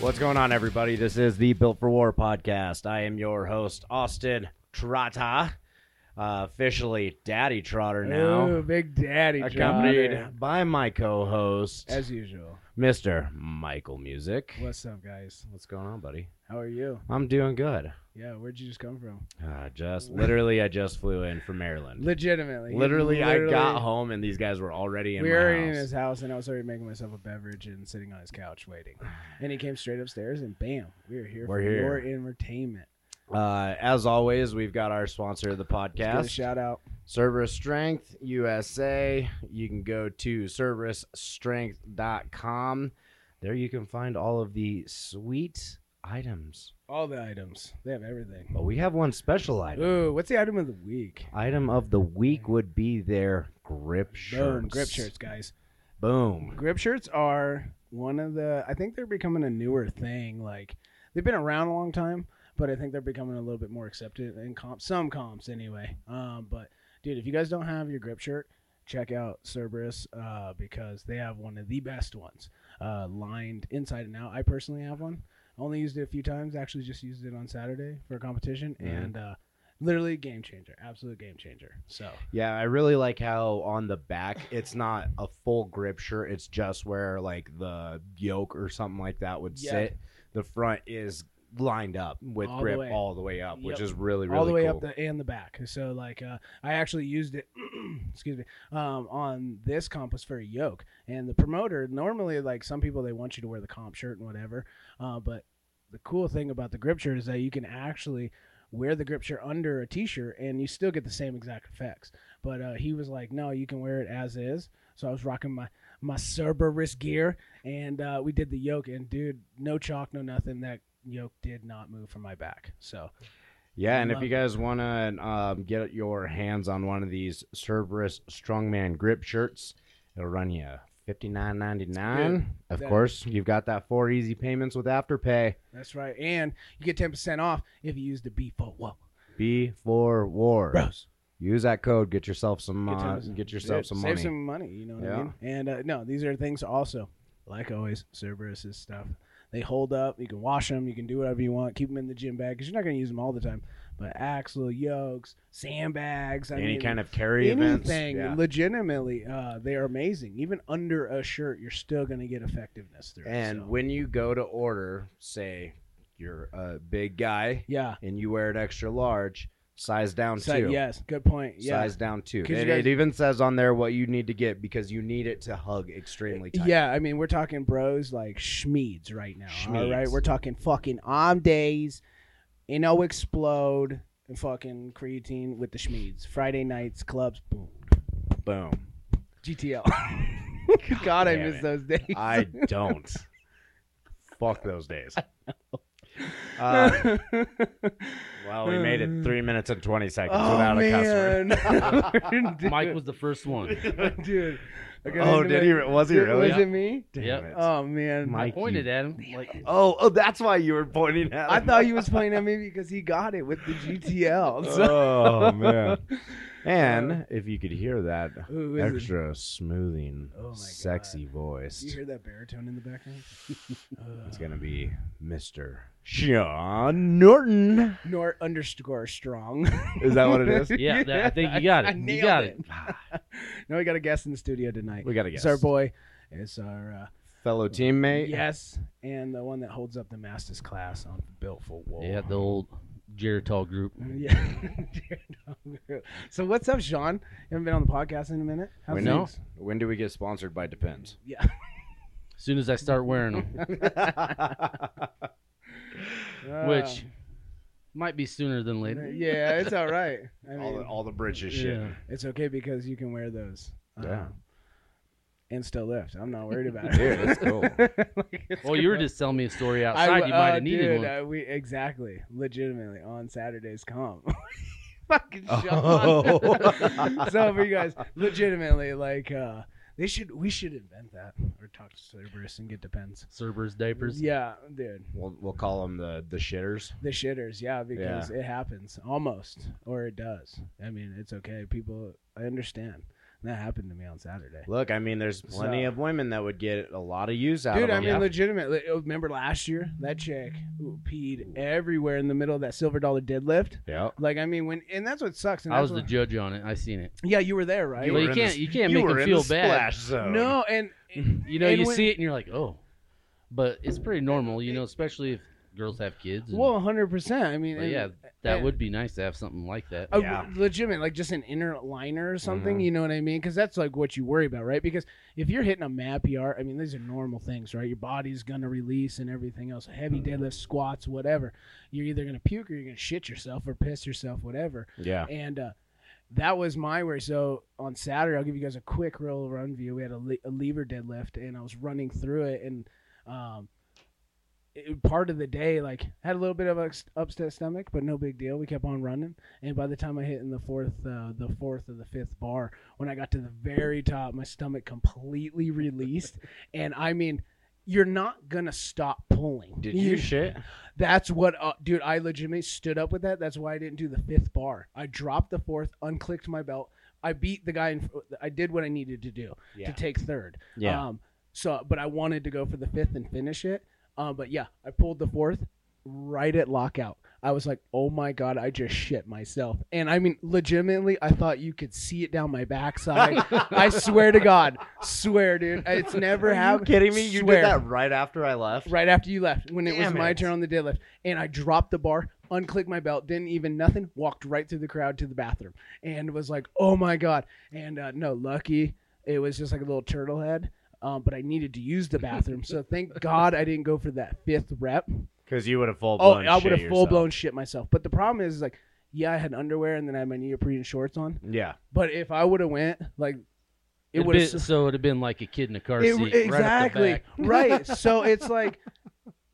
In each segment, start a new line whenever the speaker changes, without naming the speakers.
What's going on, everybody? This is the Built for War podcast. I am your host, Austin Trotta, uh, officially Daddy Trotter now,
Ooh, Big Daddy.
accompanied
Trotter.
by my co-host,
as usual.
Mr. Michael Music.
What's up, guys?
What's going on, buddy?
How are you?
I'm doing good.
Yeah, where'd you just come from?
Uh, just literally, I just flew in from Maryland.
Legitimately. he
Literally, I got home and these guys were already in
We
my
were already in
house.
his house, and I was already making myself a beverage and sitting on his couch waiting. And he came straight upstairs, and bam, we are here
We're
for
here.
your entertainment.
Uh, as always, we've got our sponsor of the
Let's give a
podcast.
shout out.
Cerberus Strength USA. You can go to cerberusstrength.com. There you can find all of the sweet items.
All the items. They have everything.
But we have one special item.
Ooh, what's the item of the week?
Item of the week would be their grip shirts.
Boom, grip shirts, guys.
Boom.
Grip shirts are one of the. I think they're becoming a newer thing. Like they've been around a long time, but I think they're becoming a little bit more accepted in comps. Some comps, anyway. Um, but dude, if you guys don't have your grip shirt, check out Cerberus uh, because they have one of the best ones, uh, lined inside and out. I personally have one. Only used it a few times. Actually, just used it on Saturday for a competition,
Mhm.
and uh, literally game changer. Absolute game changer. So
Yeah, I really like how on the back it's not a full grip shirt. It's just where like the yoke or something like that would
Yeah.
sit. The front is lined up with
All the
grip
way.
all the way up, which
Yep.
is really really
all the way
cool.
up the and the back. So like uh, I actually used it, excuse me, um, on this comp was for a yoke. And the promoter normally like some people they want you to wear the comp shirt and whatever, uh, but the cool thing about the grip shirt is that you can actually wear the grip shirt under a t-shirt and you still get the same exact effects. But uh, he was like, no, you can wear it as is. So I was rocking my my Cerberus gear and uh, we did the yoke and dude, no chalk, no nothing. That yoke did not move from my back. So
Yeah, and if
Love
you guys want to um, get your hands on one of these Cerberus Strongman Grip shirts, it'll run you fifty nine ninety nine. Of
That-
course, you've got that four easy payments with Afterpay.
That's right. And you get 10% off if you use the B4. Whoa.
Before war,
Bros.
use that code. Get yourself some.
Get
Uh,
10%.
get yourself
Dude,
some
save
money.
some money, you know what I
Yeah.
mean? And uh, no, these are things also, like always, Cerberus's stuff. They hold up. You can wash them. You can do whatever you want. Keep them in the gym bag because you're not going to use them all the time. But axle, yokes, sandbags. I
Any
mean,
kind of carry events.
anything.
Yeah.
Legitimately, uh, they are amazing. Even under a shirt, you're still going to get effectiveness through
And
it. so.
when you go to order, say you're a big guy
yeah.
and you wear it extra large, size down
So,
too.
yes. Good point. Yeah.
size down too.
'Cause you
It,
guys-
it even says on there what you need to get because you need it to hug extremely tight.
Yeah, I mean, we're talking bros like Schmeeds right now. All right,
Schmeeds.
we're talking fucking Om Days, Ino Explode, and fucking creatine with the Schmeeds. Friday nights, clubs, boom.
Boom.
GTL. God, I
damn
miss
it.
those days.
I don't. Fuck those days. Uh, well, we made it three minutes and twenty seconds
oh,
without
man. Dude,
Mike was the first one.
Dude. I
a customer.
got
Oh,
into
did
my-
he? re- Was he
Dude,
really?
Was it me?
Damn
Yep.
it.
Oh, man.
Mike.
I pointed at him like
oh, oh, that's why you were pointing at.
I
him.
thought he was playing at me because he got it with the GTL. So.
Oh man! And if you could hear that
Who is it?
extra smoothing,
Oh, my God.
sexy voice,
You hear that baritone in the background?
it's gonna be Mr. Sean Norton.
Nor underscore strong.
Is that what it is?
yeah, that- I think you got
I
it. You
nailed
got
it.
it. Ah.
no, we got a guest in the studio tonight.
we got a guess.
It's our boy. It's our
Fellow
uh,
teammate.
yes, and the one that holds up the master's class on Built for War.
Yeah, the old Jared Tall group.
Yeah. so what's up, Sean? Haven't been on the podcast in a minute.
When,
We know.
things?
when do we get sponsored by Depends?
Yeah.
As soon as I start wearing them, which might be sooner than
Uh,
later.
yeah, it's all right. I
all, the,
mean,
all the British shit.
Yeah.
it's okay because you can wear those. uh,
Yeah.
and still lift. I'm not worried about it.
Dude, that's cool.
Like, it's
Well, you were
good.
just telling me a story
I
outside.
w-
you might
uh,
have needed
dude,
one.
uh, we exactly, legitimately on Saturday's comp. Fucking Sean.
Oh.
so for you guys, legitimately, like uh, they should, we should invent that or talk to Cerberus and get depends.
Cerberus diapers.
Yeah, dude,
We'll, we'll call them the, the shitters.
the shitters. Yeah, because it happens almost, or it does. I mean, it's okay. People, I understand. And that happened to me on Saturday.
Look, I mean, there's plenty
So-
of women that would get a lot of use out
Dude, I
of
mean,
them.
legitimately. oh, Remember last year? That chick who peed everywhere in the middle of that silver dollar deadlift.
yeah.
Like, I mean, when and that's what sucks. And
I
that's
was the
what-
judge on it. I seen it.
yeah, you were there, right?
You Well,
were in
can't-
the-
you can't make
were
them
in
feel
the
bad.
Splash zone.
no, and
You know,
And
you
when-
see it and you're like, oh, but it's pretty normal. You know, especially if girls have kids. And,
well, hundred percent. I mean,
but
and-
Mm-hmm. yeah, that
and-
would be nice to have something like that.
a
Yeah.
legitimate, like just an inner liner or something.
Mm-hmm.
Mhm.
You know what I mean? Because that's like what you worry about, right? Because if you're hitting a mad PR, I mean, these are normal things, right? Your body's gonna release and everything else. Heavy
Mm-hmm.
deadlifts, squats, whatever. You're either gonna puke or you're gonna shit yourself or piss yourself, whatever.
Yeah.
And uh, that was my worry. So on Saturday, I'll give you guys a quick real run view. We had a, le- a lever deadlift, and I was running through it, and um, it, part of the day, like had a little bit of a s- upset stomach, but no big deal. We kept on running, and by the time I hit in the fourth, uh, the fourth or the fifth bar, when I got to the very top, my stomach completely released, and I mean. You're not gonna stop pulling.
Did you shit?
That's what, uh, dude. I legitimately stood up with that. That's why I didn't do the fifth bar. I dropped the fourth, unclicked my belt. I beat the guy. In, I did what I needed to do
Yeah.
to take third.
Yeah.
Um, so, but I wanted to go for the fifth and finish it. Um, but yeah, I pulled the fourth right at lockout. I was like, oh my god, I just shit myself. And I mean, legitimately, I thought you could see it down my backside. I swear to God, swear, dude, it's never
Are you
happened.
kidding me? You
Swear
did that right after I left.
right after you left when it was
Damn
my
it.
turn on the deadlift and i dropped the bar unclicked my belt didn't even nothing walked right through the crowd to the bathroom and was like oh my god and uh, no lucky it was just like a little turtle head um, but i needed to use the bathroom so thank god i didn't go for that fifth rep
Because you would have full
oh
blown.
i would have full blown shit myself but the problem is like yeah i had underwear and then i had my neoprene shorts on
Yeah.
but if i would have went like it
It'd
would
been- so it'd have been like a kid in a car
it-
seat.
exactly
Right,
right so it's like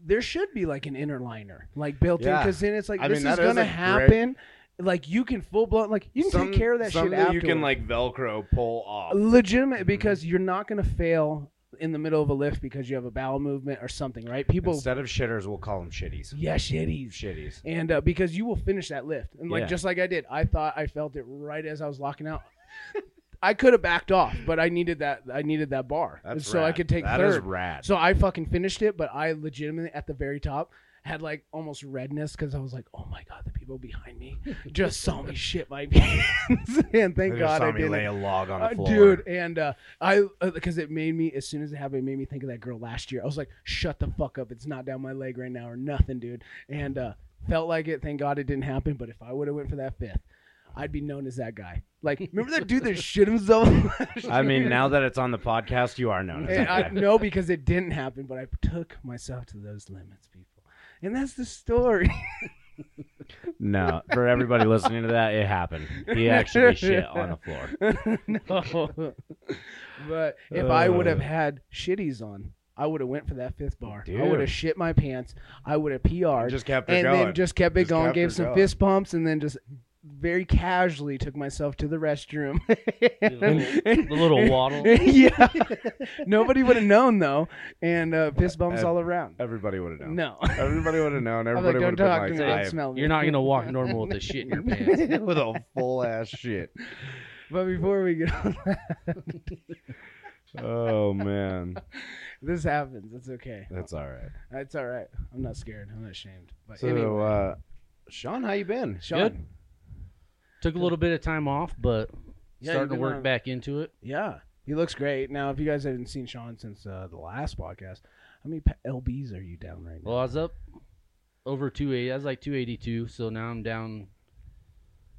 there should be like an inner liner like built in
Yeah.
because then it's like
I
this
mean,
is
that is
gonna
a great-
happen like you can full blown like you can
Some-
take care of that shit
some you can
afterwards.
like Velcro pull off.
legitimate
Mhm.
because you're not gonna fail in the middle of a lift because you have a bowel movement or something right people
Instead of shitters, we'll call them shitties.
yeah shitties
Shitties.
and uh, because you will finish that lift and like
Yeah.
just like i did i thought i felt it right as i was locking out i could have backed off but i needed that i needed that bar
That's
so i
rad.
could take
That
third
is rad.
so I fucking finished it, but I legitimately at the very top had like almost redness because I was like, oh my god, the people behind me just saw me shit my pants, and
They just
thank God
saw
I
me lay
didn't.
a log on the
Uh,
floor.
dude, and uh, I because it made me as soon as it happened, it made me think of that girl last year. I was like, shut the fuck up, it's not down my leg right now or nothing, dude. And uh, felt like it. Thank God it didn't happen. But if I would have went for that fifth, I'd be known as that guy. Like, remember that dude that shit himself?
I mean, now that it's on the podcast, you are known. As
And
that
Eh, I,
guy.
no, because it didn't happen, but I took myself to those limits, people. And that's the story.
no, for everybody listening to that, it happened. He actually shit on the floor.
No.
But if I would have
Uh.
had shitties on, I would have went for that fifth bar. I
Dude.
would have shit my pants. I would have PR'd.
Just kept her
and
going.
then just kept it
Just
going,
kept
gave
her
some
going.
fist pumps, and then just very casually took myself to the restroom.
the little, the little waddle.
yeah. Nobody would have known, though. And uh, fist bumps
Uh,
all around.
everybody would have known.
No.
Everybody would have known.
I'm like,
Everybody would
don't
have
talk to
been
me.
like,
Don't
"I've-
smell me.
You're not gonna walk normal with the shit in your pants.
with a full ass shit.
But before we get on
Oh man,
This happens. It's okay.
that's all right.
It's all right. I'm not scared. I'm not ashamed. But
So,
anyway,
uh, Sean, how you been?
Sean.
Good. Took a little bit of time off, but
Yeah, you've
starting to
been
work
on-
back into it.
Yeah, he looks great. Now, if you guys haven't seen Sean since uh, the last podcast, how many pa- lbs are you down right now?
Well, I was up over 280. I was like 282, so now I'm down.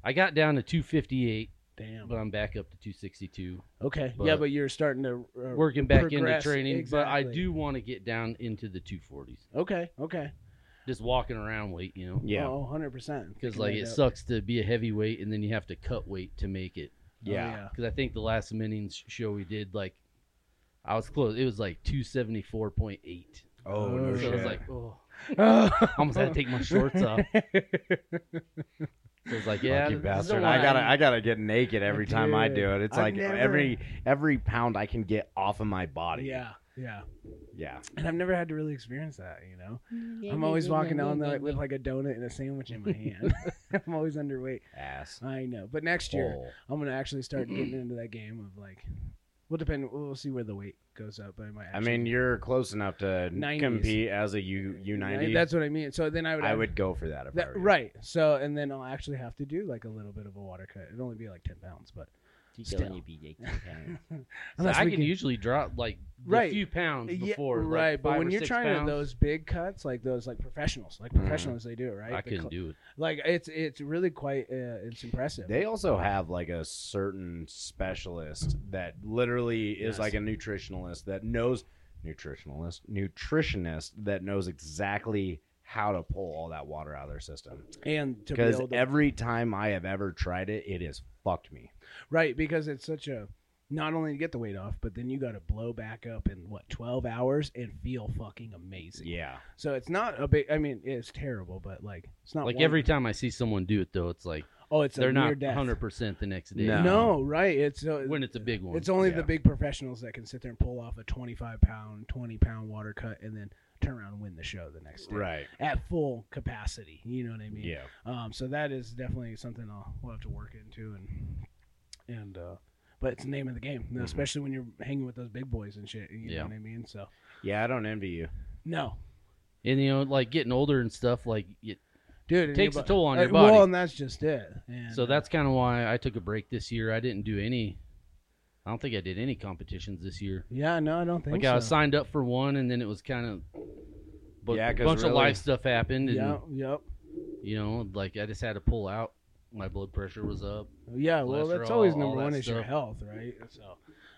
I got down to 258,
Damn.
but I'm back up to 262.
okay.
but-
yeah, but you're starting to uh,
Working back into
progress.
training, but I
Exactly.
do want to get down into the 240s.
Okay. Okay.
Just walking around weight, you know.
Yeah,
Oh, 100 percent.
Because like it sucks to be a heavyweight and then you have to cut weight to make it.
Oh,
yeah.
Because I think the last Minings show we did, like, I was close. It was like 274.8.
Oh
Oh,
no
So I was
shit.
like, oh,
Oh,
I almost had to take my shorts off. So I was like, yeah,
Lucky
this is a
bastard.
lot.
I gotta, I gotta get naked every time I do
Dude,
it. It's
I've
like
never-
every every pound I can get off of my body.
Oh, yeah. Yeah.
Yeah.
And I've never had to really experience that, you know? I'm always walking down the, with like a donut and a sandwich in my hand. I'm always underweight.
Ass.
I know. But next year,
hole.
I'm going to actually start getting into that game of like, we'll depend, we'll see where the weight goes up. But I might
I
actually-
mean, you're close enough to
90s.
compete as a U U ninety.
That's what I mean. So then I would,
I
have-
would go for that. If I
that,
were you.
right. So, and then I'll actually have to do like a little bit of a water cut. It'd only be like 10 pounds, but Still.
So I can, usually drop like
Right.
a few pounds
Yeah,
before. like,
right. but
five
when
or
you're
six
trying
pounds, Mm-hmm.
to those big cuts, like those like professionals, like
Mhm.
professionals, they do it right.
I
The
couldn't
cl-
do it.
Like it's it's really quite uh, it's impressive.
They also have like a certain specialist that literally is
Yes.
like a nutritionalist that knows nutritionalist nutritionist that knows exactly how to pull all that water out of their system.
and to be
Because
able to,
every time I have ever tried it, it has fucked me.
right because it's such a not only to get the weight off, but then you got to blow back up in what twelve hours and feel fucking amazing.
Yeah.
So it's not a big. I mean, it's terrible, but like it's not
Like
one-
every time I see someone do it, though, it's like
Oh, it's a
they're not
near death.
100 percent the next day.
No.
No, right? It's uh,
when it's a big one.
It's only
Yeah.
the big professionals that can sit there and pull off a 25 pound, 20 pound water cut and then turn around and win the show the next day.
Right.
At full capacity. You know what I mean?
Yeah.
Um, so that is definitely something I'll, we'll have to work into. And, and, uh, but it's the name of the game,
Mhm.
especially when you're hanging with those big boys and shit. You
Mm-hmm. Yeah.
know what I mean? So,
Yeah, I don't envy you.
no.
and you know, like getting older and stuff. Like it
Dude, and
takes
your
a
bu-
toll on
uh,
your body.
Well, and that's just it. And,
so
uh,
that's kind of why I took a break this year. I didn't do any. I don't think I did any competitions this year.
yeah, no, I don't think
Like
so.
I was signed up for one, and then it was kind of. But
Yeah,
a
'cause
bunch of
really-
life stuff happened, and
Yep, yep.
you know, like I just had to pull out. My blood pressure was up.
Yeah, well, that's
cholesterol,
always
all
number
that
one is your
stuff.
health, right? So,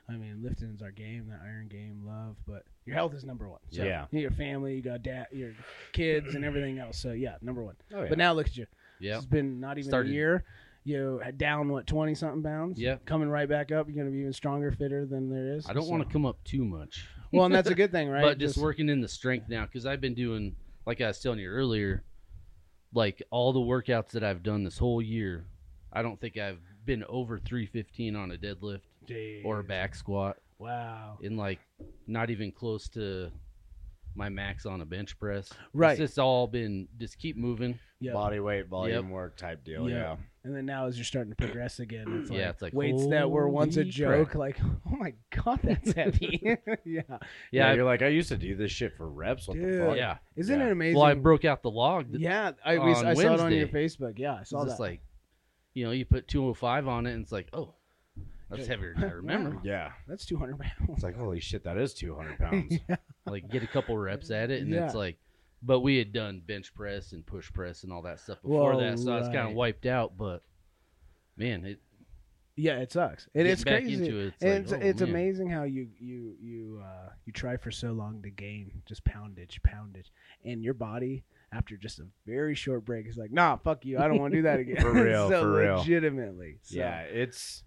I mean, lifting's our game, the iron game, love, but your health is number one. So,
Yeah.
you know, Your family, you got dad, your kids, and everything else. So, yeah, number one.
Oh, yeah.
But now look at you.
Yeah,
It's been not even
Started-
a year. You had down what twenty something pounds.
Yeah.
Coming right back up, you're gonna be even stronger, fitter than there is.
I don't
So-
want to come up too much.
Well, and that's a good thing, right?
But just, working in the strength now, because I've been doing, like I was telling you earlier, like all the workouts that I've done this whole year, I don't think I've been over 315 on a deadlift or a
Jeez.
back squat,
Wow.
and like not even close to my max on a bench press.
Right.
It's just all been just keep moving.
Yeah.
Body weight, volume
Yep.
work type deal.
Yeah.
Yeah.
And then now as you're starting to progress again, it's like,
Yeah, it's like,
weights that were once a
holy
joke,
crap.
like, oh my god, that's heavy. yeah.
Yeah.
Yeah.
you're like, I used to do this shit for reps. What
Dude.
the
I-
fuck?
yeah.
Isn't
Yeah.
it amazing?
Well, I broke out the log. Th-
yeah, I, we,
on
I saw it on your
Wednesday.
Facebook. Yeah, I
It's
saw
just
that.
like, you know, you put 205 on it, and it's like, oh, that's
Good.
heavier than I remember.
Wow.
Yeah.
that's 200
It's
pounds.
like, holy shit, that is 200 pounds.
like get a couple reps at it and
Yeah.
it's like but we had done bench press and push press and all that stuff before
Well,
that so i was kind
right.
of wiped out but man it
yeah, it sucks. And
getting
it's
back
crazy.
into it, it's,
and
like,
it's,
oh,
it's
man.
amazing how you you you uh, you try for so long to gain just poundage, poundage, and your body after just a very short break is like, nah, fuck you, I don't want to do that again.
For real,
so
for real.
legitimately. So,
Yeah, it's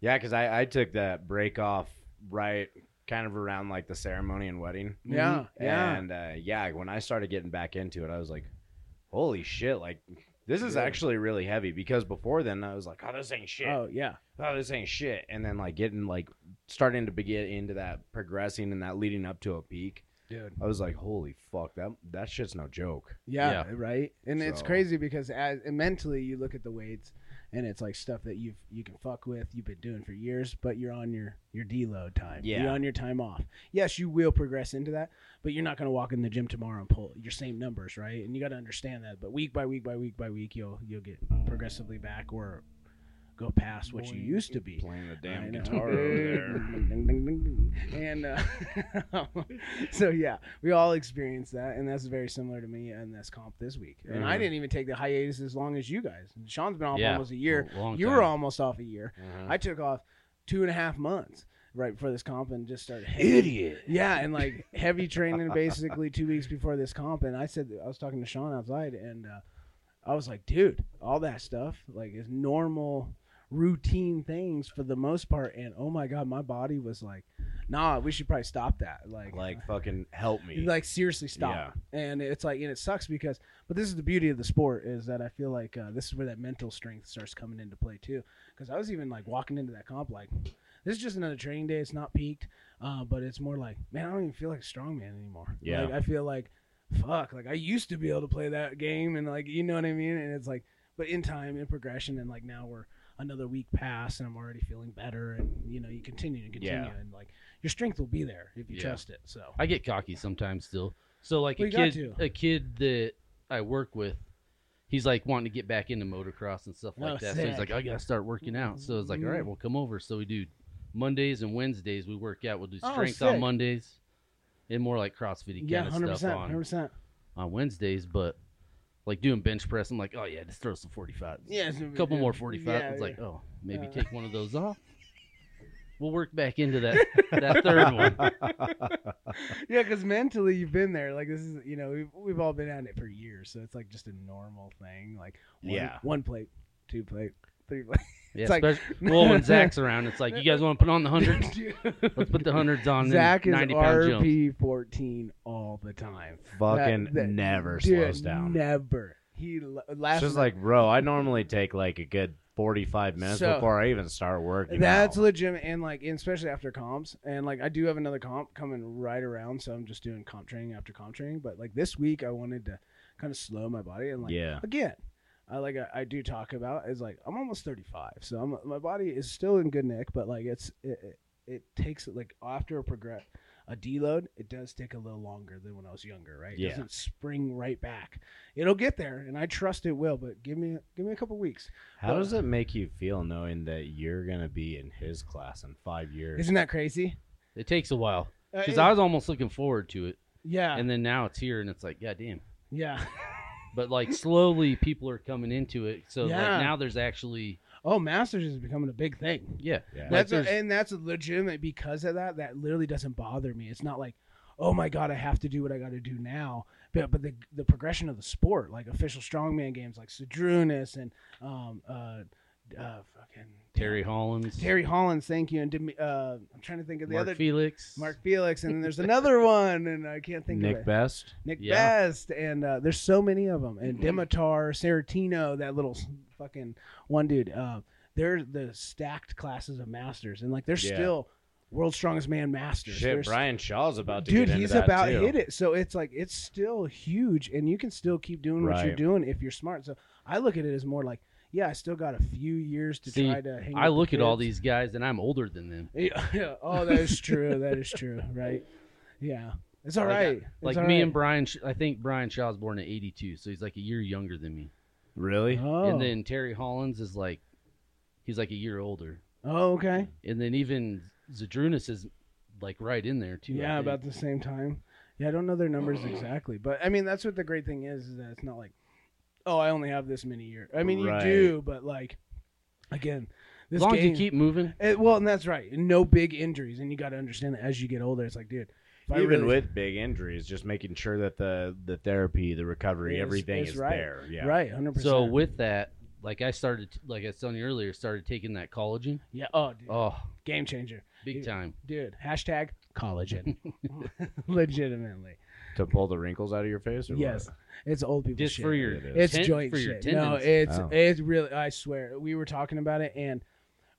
yeah, because I I took that break off right kind of around like the ceremony and wedding.
yeah, yeah.
And uh, yeah, when I started getting back into it, I was like, holy shit, like this is
Yeah.
actually really heavy because before then I was like, oh, this ain't shit. Oh,
Oh yeah,
this ain't shit. And then like getting like starting to begin into that progressing and that leading up to a peak,
dude.
I was like, holy fuck, that that shit's no joke.
Yeah,
Yeah.
right. And it's
So-
crazy because as and mentally you look at the weights and it's like stuff that you've you can fuck with, you've been doing for years, but you're on your your deload time.
Yeah.
You're on your time off. Yes, you will progress into that, but you're not gonna walk in the gym tomorrow and pull your same numbers, right? And you gotta understand that. But week by week by week by week you'll you'll get progressively back or go past what you used to be.
Playing the
I
damn
know.
guitar over there.
Ding, ding, ding, ding, ding. and uh, so yeah, we all experienced that, and that's very similar to me and this comp this week. And I
Mhm.
didn't even take the hiatus as long as you guys. Sean's been off
Yeah.
almost a year.
a long
You
time.
were almost off a year.
Uh-huh.
I took off two and a half months right before this comp and just started
Idiot.
yeah, and like heavy training basically two weeks before this comp. And I said, I was talking to Sean outside, and uh, I was like, dude, all that stuff like is normal routine things for the most part. And oh my God, my body was like, nah, we should probably stop that. Like,
Like fucking help me.
like seriously stop and it's like and it sucks because but this is the beauty of the sport is that i feel like uh, this is where that mental strength starts coming into play too because i was even like walking into that comp like This is just another training day. It's not peaked, uh, but it's more like, man, I don't even feel like a strongman anymore.
Yeah.
Like, I feel like, fuck, like I used to be able to play that game and like, you know what I mean? And it's like, but in time, in progression, and like now we're another week past and I'm already feeling better. And, you know, you continue and continue.
Yeah.
And like, your strength will be there if you
Yeah.
trust it. So,
I get cocky sometimes still. So like
Well,
a
you got
kid,
to.
a kid that I work with, he's like wanting to get back into motocross and stuff like
Oh,
that. So he's
sick. Mm-hmm.
like, I gotta start working out. So it's like, all right, well come over. So we do Mondays and Wednesdays. We work out. We'll do
Oh,
strength
sick.
on Mondays, and more like CrossFit
yeah,
kind of
100%.
stuff on
100%.
on Wednesdays. But like doing bench press, I'm like, oh yeah, just throw some 45.
Yeah.
a couple more 45. it's like, oh, maybe
Yeah.
take one of those off. We'll work back into that that third one.
yeah, because mentally you've been there. Like this is, you know, we've, we've all been at it for years, so it's like just a normal thing. Like one,
Yeah.
one plate, two plate, three plate.
Yeah,
It's like-
especially- well, when Zach's around, it's like you guys want to put on the hundreds. Let's put the hundreds on. and
Zach is
ninety pound jumps.
RP fourteen all the time.
Fucking
That- that-
never
dude,
slows down.
Never. He l-
it's
last.
just like, bro, I normally take like a good 45 minutes
So-
before I even start working.
That's
out.
legitimate, and like, and especially after comps, and like, I do have another comp coming right around, so I'm just doing comp training after comp training. But like this week, I wanted to kind of slow my body and like,
yeah.
again, I like I, I do talk about is like I'm almost 35, so I'm, my body is still in good nick, but like it's it, it, it takes like after a progress a deload, it does take a little longer than when I was younger, right? It
Yeah.
doesn't spring right back. It'll get there, and I trust it will. But give me give me a couple weeks.
How does it make you feel knowing that you're going to be in his class in five years?
Isn't that crazy?
It takes a while
Uh,
because
it-
I was almost looking forward to it,
yeah
and then now it's here, and it's like, god damn.
yeah.
But like slowly, people are coming into it. So
Yeah.
like now there's actually
Oh, masters is becoming a big thing.
yeah.
Yeah.
Like
That's a,
there's-
and that's legitimate because of that. That literally doesn't bother me. It's not like, oh my god, I have to do what I got to do now. But, but the the progression of the sport, like official strongman games, like Sedrunas and um uh, uh fucking
Terry Hollins,
Terry Hollins, thank you, and Demi- uh I'm trying to think of the
Mark
other
Felix,
Mark Felix, and then there's another one, and I can't think of
Nick
it.
Best?
Nick
Yeah.
Best, and uh, there's so many of them. And Dimitar, Saratino, that little s- fucking one dude. Uh, they're the stacked classes of masters, and like they're
Yeah.
still world's strongest man masters.
Shit,
There's-
Brian Shaw's about to
dude,
get into
he's
that
about
too.
hit it. So it's like it's still huge, and you can still keep doing what you're
Right.
doing if you're smart. So I look at it as more like, yeah, I still got a few years to
See,
try to. hang
I
with the
look at all
kids.
these guys, and I'm older than them.
Yeah, yeah. oh, that is true. that is true. Right. Yeah. It's all
Like,
right. It's
Like
all
me
right.
and Brian, Sh- I think Brian Shaw's born in '82, so he's like a year younger than me.
Really?
Oh.
And then Terry Hollins is like, he's like a year older.
Oh, okay.
And then even Zadrunas is like right in there too. I
Yeah,
think.
about the same time. Yeah, I don't know their numbers exactly, but I mean that's what the great thing is is that it's not like, oh, I only have this many years. I mean
Right.
you do, but like, again, this
as long as
game.
you keep moving.
it- well, and that's right. No big injuries, and you got to understand that as you get older, it's like, dude, if I
Even
really-
with big injuries, just making sure that the, the therapy, the recovery,
Is-
everything
is
is,
right.
there. Yeah.
right, hundred percent.
So with that, like I started, like I was telling you earlier, started taking that collagen.
yeah, oh, dude,
Oh,
game changer,
big time.
dude. Hashtag collagen, legitimately.
To pull the wrinkles out of your face? Or
Yes,
what?
it's old people.
Just
shit.
for your,
It
It's
ten-
joint
for your
shit.
tendons.
No, it's
Oh.
it's really. I swear, we were talking about it, and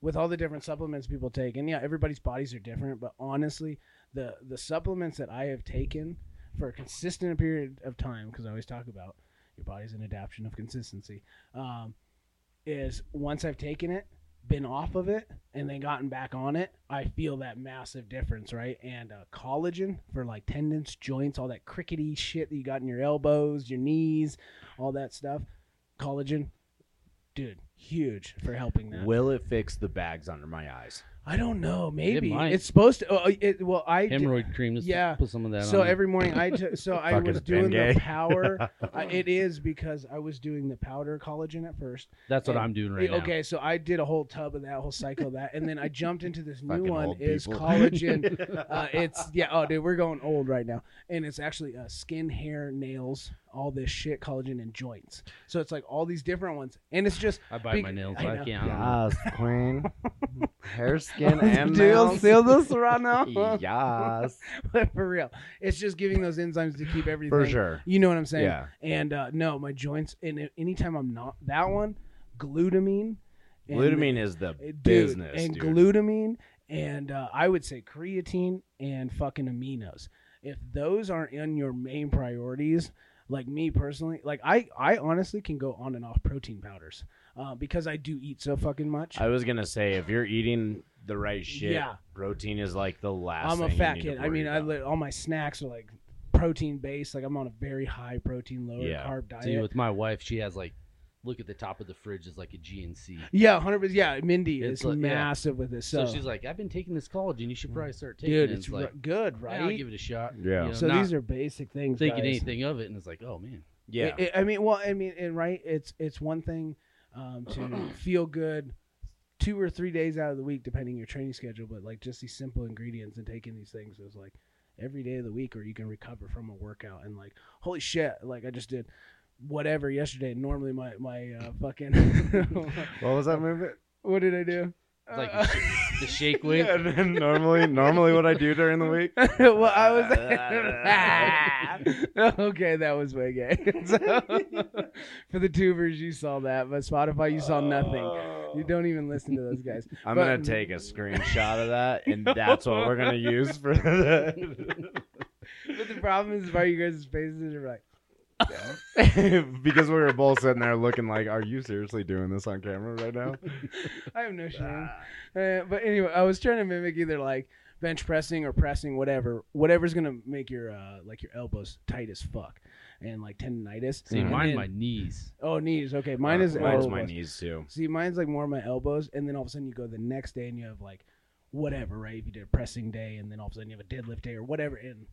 with all the different supplements people take, and yeah, everybody's bodies are different. But honestly, the the supplements that I have taken for a consistent period of time, because I always talk about your body's an adaptation of consistency, um, is once I've taken it, been off of it, and then gotten back on it, I feel that massive difference, right? And uh, collagen for like tendons, joints, all that crickety shit that you got in your elbows, your knees, all that stuff. Collagen, dude, huge for helping that.
Will it fix the bags under my eyes?
I don't know. Maybe
might.
it's supposed to. Oh, it, well, I did-
hemorrhoid cream. Just
Yeah.
put some of that.
so
on there.
every morning I took. So I
Fucking
was doing the
Bengay.
power. I, it is because I was doing the powder collagen at first.
that's what
and-
I'm doing right now.
okay, so I did a whole tub of that, whole cycle of that, and then I jumped into this new
Fucking
one.
old
Is
people.
collagen? uh, it's yeah. Oh, dude, we're going old right now, and it's actually uh, skin, hair, nails, all this shit, collagen, and joints. So it's like all these different ones, and it's just
I bite
big-
my nails.
I
I,
know.
can't. I don't know.
Yes, queen. Hair, skin, and
Do you
nails.
feel this right now?
Yes.
But for real, it's just giving those enzymes to keep everything.
For sure.
You know what I'm saying?
Yeah.
And uh, no, my joints. And it- anytime I'm not that one, glutamine. and-
Glutamine is the
Eh, dude,
business,
And
dude.
glutamine and uh, I would say creatine and fucking aminos. If those aren't in your main priorities, like me personally, like I, I honestly can go on and off protein powders uh, because I do eat so fucking much.
I was gonna say if you're eating the right shit,
Yeah.
protein is like the last.
I'm a
thing you
fat
need to
kid. I
worry
mean, I
about.
li- all my snacks are like protein based. Like I'm on a very high protein, lower
Yeah.
carb diet.
See, with my wife, she has like, look at the top of the fridge is like a GNC.
yeah, hundred percent. Yeah, Mindy
It's
is
like- yeah.
massive with this.
So,
So,
she's like, I've been taking this collagen. You should probably start taking
dude,
it.
it's
like,
r- good,
"Yeah, I'll
right?
give it a shot.
Yeah.
You know,
so
not
these are basic things.
thinking
guys.
anything of it, and it's like, oh man,
yeah,
It- it- I mean, well, I mean, and right, it's it's one thing um, to feel good two or three days out of the week, depending your training schedule. But like just these simple ingredients and taking these things is like every day of the week, or you can recover from a workout and like, holy shit, like I just did whatever yesterday. Normally my my uh, fucking
what was that movement?
what did I do?
It's like
Uh,
the shake weight.
Yeah, and then normally, normally what I do during the week.
well, I was. okay, that was way gay. So, for the tubers, you saw that, but Spotify, you saw nothing.
Oh.
You don't even listen to those guys.
I'm
but-
gonna take a screenshot of that, and that's what we're gonna use for the.
But the problem is, by you guys' faces, are like,
because we were both sitting there looking like, "Are you seriously doing this on camera right now?"
I have no shame. Uh, but anyway, I was trying to mimic either like bench pressing or pressing, whatever, whatever's gonna make your uh, like your elbows tight as fuck and like tendonitis.
See,
Mhm.
And
mine,
then-
my knees.
oh knees. Okay, mine is
mine's
elbows.
my knees too.
See, mine's like more my elbows, and then all of a sudden you go the next day and you have like whatever, right? If you did a pressing day, and then all of a sudden you have a deadlift day or whatever, and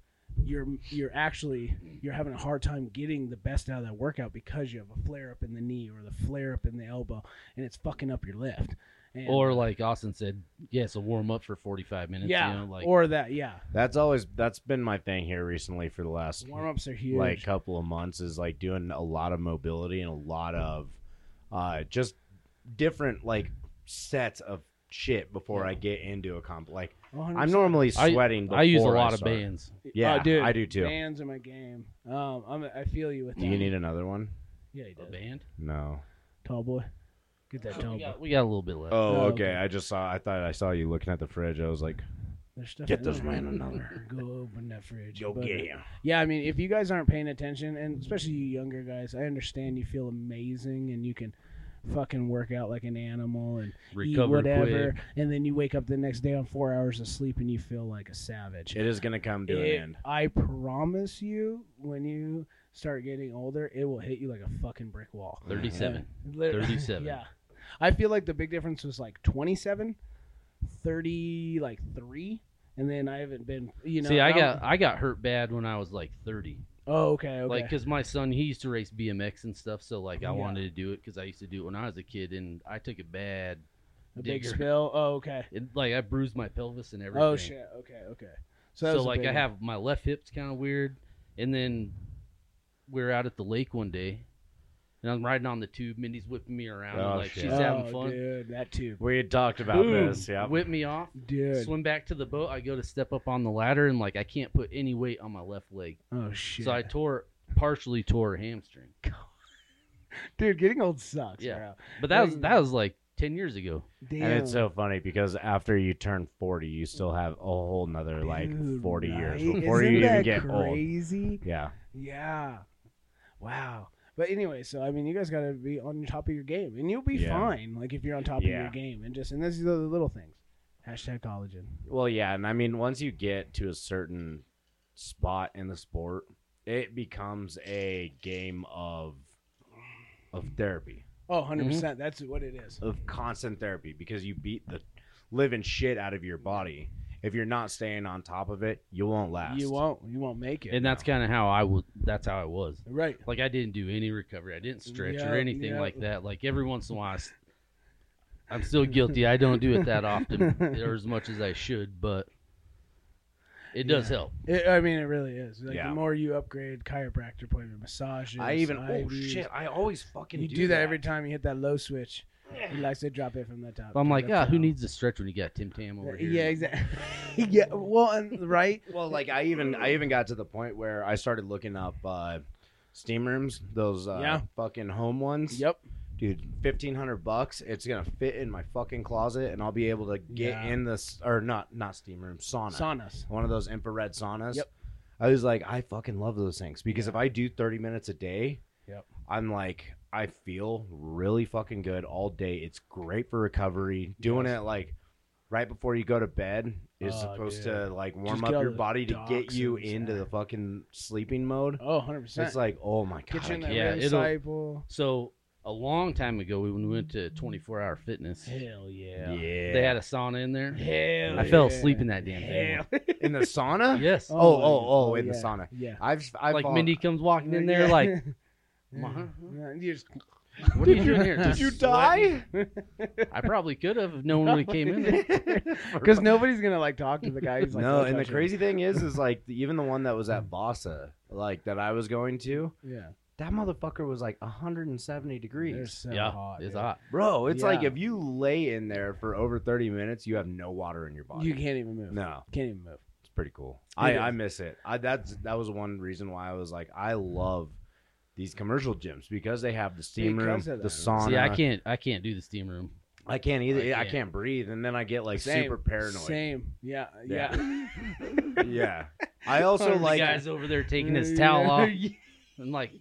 you're you're actually you're having a hard time getting the best out of that workout because you have a flare up in the knee or the flare up in the elbow, and it's fucking up your lift. And,
Or like Austin said, yeah, so warm up for 45 minutes.
yeah,
you know, like
or that yeah.
That's always that's been my thing here recently for the last
Warm ups are huge.
like couple of months is like doing a lot of mobility and a lot of uh just different like sets of shit before I get into a comp. Like
100%.
I'm normally
I-
sweating. Before
I use a lot of
start.
bands.
Yeah,
Oh, dude,
I do too.
Bands are my game. Um, I'm, I feel you with
Do
that.
you need another one?
yeah, he
A
does.
band?
No.
Tall boy, get that tall
We
boy.
got, we got a little bit left.
Oh,
No.
okay. I just saw. I thought I saw you looking at the fridge. I was like,
There's stuff
Get
in
this
there.
man another.
Go open that fridge.
"Yo,
But-
get him."
Yeah, I mean, if you guys aren't paying attention, and especially you younger guys, I understand you feel amazing and you can fucking work out like an animal and eat
Recover
whatever,
quick.
and then you wake up the next day on four hours of sleep and you feel like a savage.
It is gonna come to
It-
an end.
I promise you, when you start getting older, it will hit you like a fucking brick wall.
37.
Lit-
37.
yeah. I feel like the big difference was like 27, 30, like 3. And then I haven't been, you know.
See, I
I'm-
got I got hurt bad when I was like 30.
Oh, okay, okay.
Like 'cause Like, cause my son he used to race BMX and stuff, so like I
Yeah.
wanted to do it because I used to do it when I was a kid, and I took a bad,
a big
digger.
spill. Oh, okay.
it, like I bruised my pelvis and everything.
Oh shit. Okay, okay. So, that
So,
was a
like
big
I
one.
have my left hip's kind of weird, and then we we're out at the lake one day, and I'm riding on the tube. Mindy's whipping me around, and,
Oh,
like
shit.
she's
oh,
having fun.
Dude, that too.
We had talked about
Boom!
this. Yeah.
Whip me off.
Dude.
Swim back to the boat. I go to step up on the ladder, and like I can't put any weight on my left leg,
oh shit.
so I tore partially tore a hamstring.
dude, getting old sucks,
Yeah.
bro.
But that was
Mm.
that was like ten years ago.
Damn.
And it's so funny because after you turn 40, you still have a whole nother like
Dude,
40 years
right?
before
Isn't
you even
that
get old.
crazy?
Yeah.
Yeah. Wow. But anyway, so I mean, you guys got to be on top of your game, and you'll be
Yeah.
fine. Like if you're on top
Yeah.
of your game, and just and this is the little things. Hashtag collagen.
Well, yeah. And I mean, once you get to a certain spot in the sport, it becomes a game of of therapy,
Oh, 100
Mm-hmm.
percent. That's what it is.
of constant therapy because you beat the living shit out of your body. If you're not staying on top of it, you won't last.
You won't. You won't make it.
and that's kind of how I was. That's how I was.
right.
Like I didn't do any recovery. I didn't stretch
Yeah,
or anything
yeah.
like that. Like every once in a while, I s- I'm still guilty. I don't do it that often or as much as I should, but it does
Yeah.
help.
It, I mean, it really is. Like
Yeah.
the more you upgrade chiropractor appointment, massages.
I even oh
IVs,
shit! I always fucking
You do, that, every time you hit that low switch. You like to drop it from the top.
But I'm
to
like,
the
ah, who
top."
needs to stretch when you got Tim Tam over here?
Uh, Yeah, exactly. yeah, well, and right.
Well, like I even I even got to the point where I started looking up uh, steam rooms, those uh,
Yeah.
fucking home ones,
Yep.
dude, fifteen hundred bucks. It's gonna fit in my fucking closet, and I'll be able to get
Yeah.
in this or not not steam room sauna,
saunas.
one of those infrared saunas.
Yep.
I was like, I fucking love those things because if I do thirty minutes a day,
Yep.
I'm like, I feel really fucking good all day. It's great for recovery. Doing
Yes.
it like right before you go to bed is
Oh,
supposed
dude.
to like warm
Just
up
get all
your
the
body to get you
toxins
into the
out.
fucking sleeping mode.
Oh, 100 percent.
It's like, oh my god, I
Kitchen
can't-
that
Yeah,
yeah,
it'll-
disciple.
So a long time ago, when we went to 24 Hour Fitness,
Hell yeah.
yeah.
they had a sauna in there.
Hell.
I fell
yeah.
asleep in that damn thing.
Hell.
in the sauna.
Yes.
Oh, oh, oh,
yeah.
in the sauna.
Yeah.
I've, I've
like
all-
Mindy comes walking in there, like,
Yeah.
"Ma,
You just-
what are you doing here?
Did
Did you
Just sweating."
die?
I probably could have if no one really came in. there.
Because nobody's gonna like talk to the guy. Who's, like,
no,
"Don't
and the
touch me."
crazy thing is, is like the- even the one that was at Bossa, like that I was going to,
Yeah,
that motherfucker was like 170 degrees.
they're so
yeah,
hot.
it's
dude.
hot.
Bro, it's like
Yeah.
if you lay in there for over 30 minutes, you have no water in your body.
You can't even move.
no,
can't even move.
it's pretty cool.
It
I,
is.
I miss it. I that's that was one reason why I was like, I love these commercial gyms because they have the steam
Because
room,
of
the
that.
sauna.
See, I can't, I can't do the steam room.
I can't either.
I
I
can't.
can't, breathe, and then I get like
Same,
super paranoid.
Same. Yeah. Yeah.
Yeah. Yeah. I also
The
like,
the guy's over there taking his towel off. and like,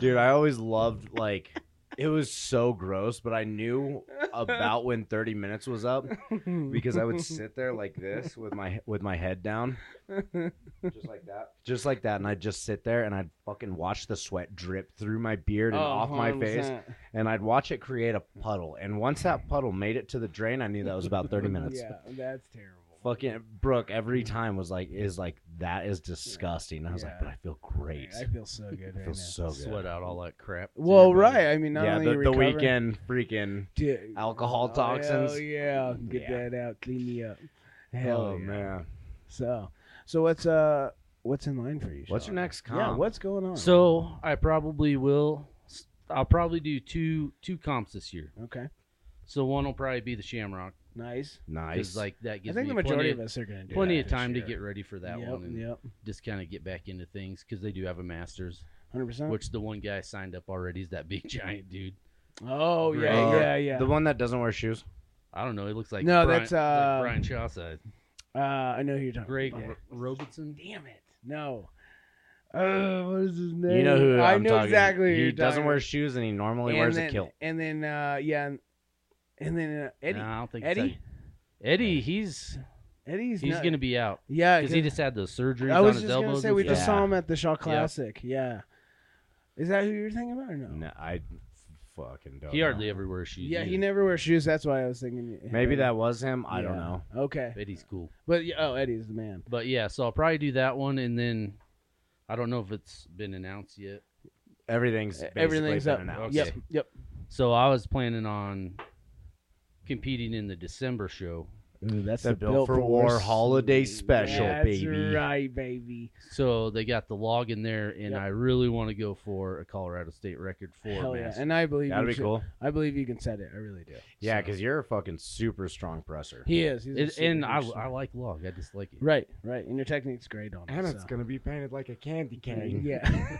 dude. I always loved like, it was so gross, but I knew about when thirty minutes was up because I would sit there like this with my with my head down, just like that, just like that, and I'd just sit there and I'd fucking watch the sweat drip through my beard
Oh,
and off my face, and I'd watch it create a puddle. And once that puddle made it to the drain, I knew that was about thirty minutes.
Yeah, that's terrible.
fucking Brooke every time was like is like that is disgusting. And I was
Yeah.
like, but I feel great.
I feel so good
I feel
right now.
so good.
sweat out all that crap.
Well, right. I mean, not
yeah,
only
the,
you
the
recover-
weekend freaking
Dude,
alcohol toxins.
Oh yeah, get
Yeah.
that out, clean me up. Hell
oh
yeah.
man,
So, so what's uh, what's in line for you?
what's
Sean?
your next comp?
Yeah, what's going on?
So I probably will. I'll probably do two two comps this year.
okay,
So one will probably be the Shamrock
nice.
nice?
because like that
I
gives
think
me
the majority
plenty
of us are going to do
plenty
that
of
this
time to
year.
get ready for that
yep,
one and
Yep,
just kind of get back into things because they do have a Masters,
hundred percent.
which the one guy signed up already is that big giant dude.
Oh yeah,
Right.
yeah, yeah.
The one that doesn't wear shoes.
I don't know. It looks like
No,
Brian,
that's,
like
uh,
Brian Shaw size.
uh, I know who you're talking.
Greg
about.
Ro- Robertson.
Damn it, no. Uh, what is his name?
You know who
I
I'm
know
talking-
exactly. Who
He
you're
doesn't
talking
wear
about.
shoes and he normally
and
wears
then,
a kilt.
And then uh, yeah, and, and then uh, Eddie.
No, I don't think it's
Eddie.
that- Eddie. He's
Eddie's
he's,
not-
gonna be out
yeah
because he just had those surgeries
I was just
on his
gonna
elbows.
say
and
we
stuff.
just saw him at the Shaw
Yeah.
Classic. Yeah. Is that who you're thinking about or no?
No, I fucking don't.
He hardly
know.
ever wears shoes.
Yeah, he
either.
never wears shoes. That's why I was thinking.
Maybe that was him. I don't
Yeah.
know.
Okay,
Eddie's cool.
but yeah, oh, Eddie's the man.
But yeah, so I'll probably do that one, and then I don't know if it's been announced yet.
Everything's basically
E-, Everything's
been
up.
announced.
Yep,
Okay.
yep.
So I was planning on competing in the December show.
that's
the Built for War holiday special, baby.
right, baby.
So they got the log in there, and
Yep.
I really want to go for a Colorado State record for
Hell yeah!
Masters.
And I believe
That'd
you
be
should-
cool.
I believe you can set it. I really do.
Yeah,
So-
because you're a fucking super strong presser.
he is. He's a
It-
super
and I,
good
I
shooter.
like log. I just like it.
right, right. And your technique's great on it. so.
gonna be painted like a candy
Yeah.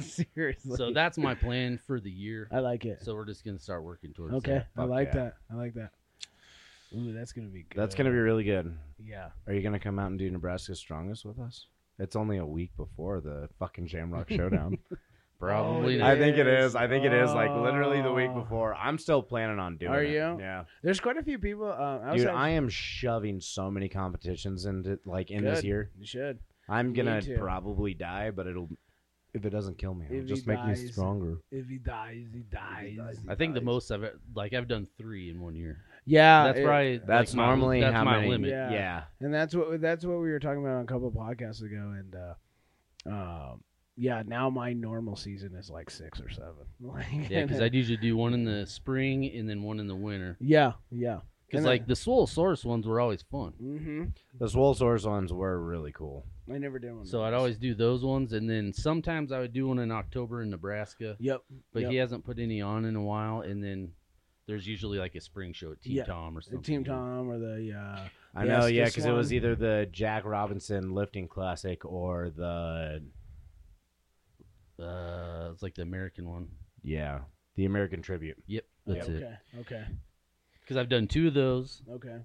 Seriously.
So that's my plan for the year.
I like it.
So we're just gonna start working towards.
Okay,
that.
I
Fuck
like
yeah.
that. I like that. Ooh, that's gonna be good.
That's gonna be really good.
yeah.
Are you gonna come out and do Nebraska's Strongest with us? It's only a week before the fucking Jamrock Showdown.
Probably.
Oh,
not.
I think it is. I think it is like
Oh.
literally the week before. I'm still planning on doing
Are
it.
you?
Yeah.
There's quite a few people. Um, I was
Dude,
actually-
I am shoving so many competitions into like in this
Good.
year.
You should.
I'm
Me
gonna
too.
probably die, but it'll if it doesn't kill me, it'll
If he
just make me
dies,
stronger.
If he dies, he dies.
I think the most I've e, like I've done three in one year.
Yeah,
That's
it-
probably
That's
like, my-
normally
that's
how
my
many.
limit.
Yeah.
Yeah. and that's what that's what we were talking about on a couple podcasts ago. And uh, um, yeah, now my normal season is like six or seven. Like,
Yeah, because I usually do one in the spring and then one in the winter.
yeah, yeah.
Because
And
like
I-
the swole source ones were always fun.
Mm-hmm.
The Swole Source ones were really cool.
I never did one. of
So I'd
those.
always do those ones, and then sometimes I would do one in October in Nebraska,
Yep.
but
yep.
he hasn't put any on in a while. And then there's usually like a spring show at Team
Yeah,
Tom or
The
something.
Team Tom or the uh,
I
Yes,
know, yeah,
this
because it was
one.
either the Jack Robinson lifting classic or the
Uh, it's like the American one.
yeah. The American Tribute.
Yep, that's it.
okay. Okay.
Because I've done two of those.
Okay.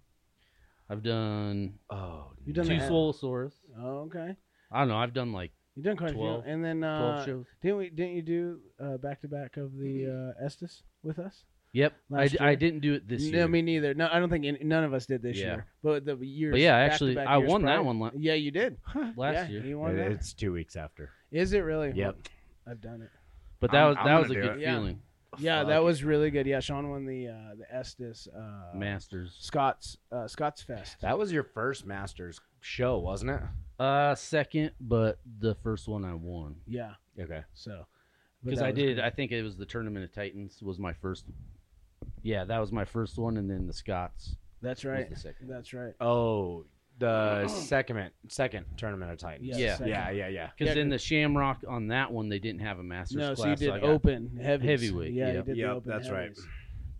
I've done
Oh,
You done
two
that?
Swolosaurus.
Oh, okay.
I don't know. I've done like
You done quite a
12
few. And then
twelve
uh,
shows.
didn't we? Didn't you do uh, back to back of the uh, Estes with us?
Yep. I,
last
d- I
year?
didn't do it this
no,
year.
me neither. No, I don't think any, none of us did this
Yeah.
year. But the years.
but yeah,
back to
actually,
back
I
years
won
prior-
that one la-
Yeah, you did
last
Yeah,
year.
You won
It-
that.
it's two weeks after.
Is it really?
Yep.
I've done it.
But that
I'm-
was
I'm
that was a
gonna do
good
it. Yeah.
feeling.
Yeah,
Fuck.
that was really good. Yeah, Sean won the uh, the Estes uh,
Masters.
Scott's uh, Scott's Fest.
That was your first Masters show, wasn't it?
Uh, second, but the first one I won
yeah.
Okay.
So. but
because
that
I
was
did.
good.
I think it was the Tournament of Titans was my first. Yeah, that was my first one, and then the Scots
That's right.
was the second.
That's right.
Oh, the second second tournament of Titans.
Yeah.
Yeah.
second.
Yeah, yeah, yeah.
Because
Yeah,
in the Shamrock on that one, they didn't have a Masters
No, so you
class.
did
I got-
open heavy
heavyweight,
Yeah, you
yep.
did the
Yep,
open
that's right.
heavies.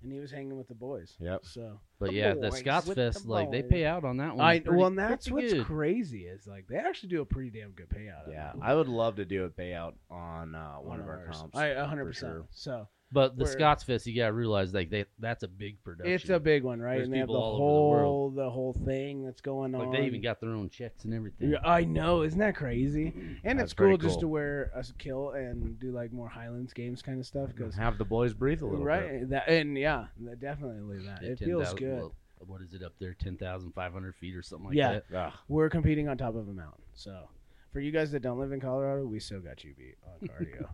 And he was hanging with the boys.
Yep.
So
but
the
yeah, the
boys
Scots
with
Fest,
the
like they
boys.
pay out on that one.
I
pretty-
well, and that's
pretty
what's
good.
crazy is like they actually do a pretty damn good payout. on
Yeah,
that.
I would love to do a payout on uh, one
On
of our
ours.
comps.
I a hundred
for
percent.
sure.
So
But the
where-
Scots Fest, you gotta realize like they that's a big production.
it's a big one, right?
There's
and they have the
people all over the
whole the, whole thing that's going
like
on.
they even got their own checks and everything.
Yeah, I know, isn't that crazy? And
That's
it's cool,
pretty
just
cool.
to wear a kill and do like more Highlands games kind of stuff because
Have the boys breathe a little bit.
right that and yeah, that- definitely that.
At
It
10,000
feels good.
well, what is it up there? Ten thousand five hundred feet or something like
Yeah.
that.
Ugh.
We're competing on top of a mountain. So for you guys that don't live in Colorado, we still got you beat on cardio.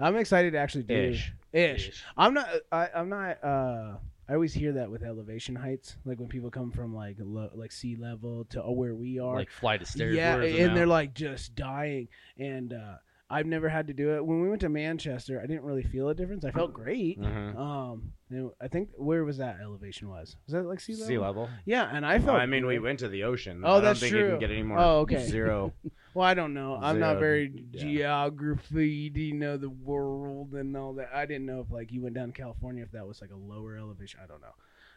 I'm excited to actually do
Ish.
ish. I'm not. I, I'm not. Uh, I always hear that with elevation heights, like when people come from like lo- like sea level to uh, where we are.
Like flight of stairs.
yeah,
words
and they're
out.
like just dying. And uh, I've never had to do it. When we went to Manchester, I didn't really feel a difference. I felt great.
Mhm.
Um, and I think where was that elevation was? Was that like sea level?
Sea level.
Yeah, and I felt.
I mean, we
great.
went to the ocean. I
Oh,
don't
that's
think it
true.
can get any more
Oh, okay.
zero.
Well, I don't know. I'm not
Zero,
very
yeah.
geography. Do you know the world and all that? I didn't know if like you went down to California if that was like a lower elevation. I don't know.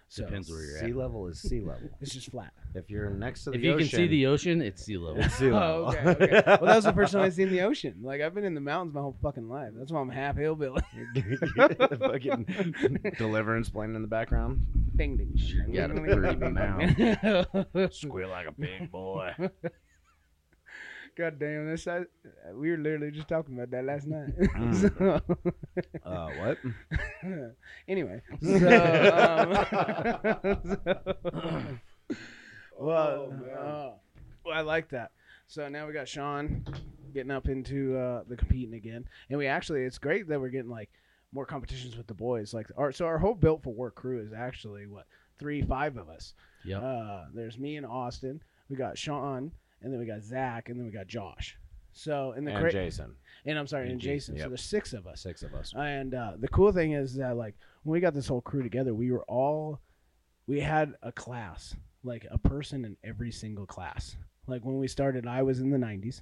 So
Depends where you're at.
sea level is sea level.
it's just flat.
If you're next to the
If you can
ocean,
see the ocean, it's sea level.
it's sea level.
Oh, okay, okay. Well, that was the first time I seen the ocean. Like I've been in the mountains my whole fucking life. That's why I'm half hillbilly.
fucking deliverance playing in the background.
Ding ding.
You got a pretty
mouth.
Squeal like a big boy.
God damn this! I, we were literally just talking about that last night.
Mm. Uh, what?
So, anyway, so, um, Well,
Oh, man.
uh, well, I like that. So now we got Sean getting up into uh, the competing again, and we actually it's great that we're getting like more competitions with the boys. Like our so our whole built for work crew is actually what three five of us.
Yep.
Uh, there's me and Austin. We got Sean, and then we got Zach, and then we got Josh. So in the
and
cra-
Jason,
and I'm sorry, and,
and
Jason.
Jason,
So
yep.
there's six of us.
six of us.
And uh, the cool thing is that like when we got this whole crew together, we were all we had a class, like a person in every single class. Like when we started, I was in the 90s.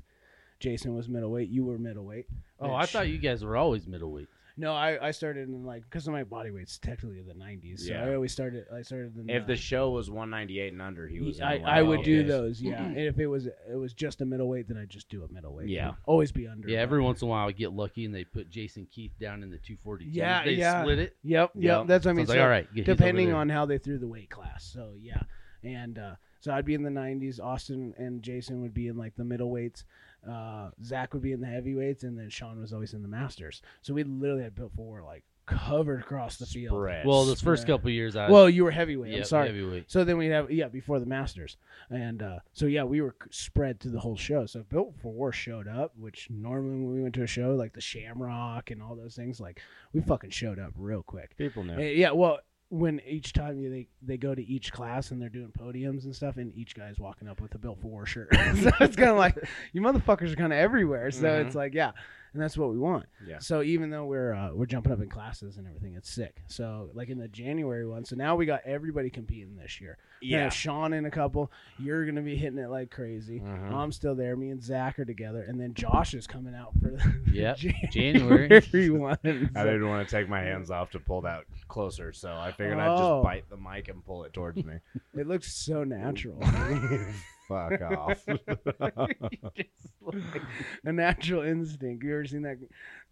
Jason was middleweight. You were middleweight.
oh, I
Mitch.
thought you guys were always middleweight.
No, I, I started in like because my body weight's technically the 90s. So
Yeah.
I always started. I started in
If the show was 198 and under, he was. in
I,
the
I would do
wild.
those, yeah. And if it was it was just a middleweight, then I would just do a middleweight.
Yeah.
always be under.
Yeah, every once in a while I get lucky and they put Jason Keith down in the 240.
Yeah,
they
yeah.
split it.
Yep, yep.
Yep.
That's what I
I
mean.
was like,
so-
all right, get- he's over
depending
there.
on how they threw the weight class. So yeah, and uh, so I'd be in the 90s. Austin and Jason would be in like the middleweights. Uh, Zach would be in the heavyweights, and then Sean was always in the masters. So we literally had built four like covered across the field.
Spread.
Well, this first
Yeah.
couple years I
Well, you were heavyweight.
yeah,
I'm sorry.
heavyweight.
So then we'd have yeah before the Masters, and uh, so yeah we were c- spread through the whole show. So Built for War showed up, which normally when we went to a show like the Shamrock and all those things, like we fucking showed up real quick.
people
Uh,
knew.
Yeah, well, when each time you- they they go to each class and they're doing podiums and stuff, and each guy's walking up with a Bill for War shirt, so it's kind of like you motherfuckers are kind of everywhere. So
Mhm.
it's like yeah, and that's what we want.
Yeah.
So even though we're uh, we're jumping up in classes and everything, it's sick. So like in the January one, so now we got everybody competing this year. Gonna have Sean in a couple. You're gonna be hitting it like crazy.
Mhm.
I'm still there. Me and Zach are together, and then Josh is coming out for the
Yep.
January,
January.
one.
I
So-
didn't want to take my hands off to pull that closer, so I figured I'd
Oh.
just bite the mic and pull it towards me.
It looked so natural.
fuck off.
Just like-
a natural instinct. You ever seen that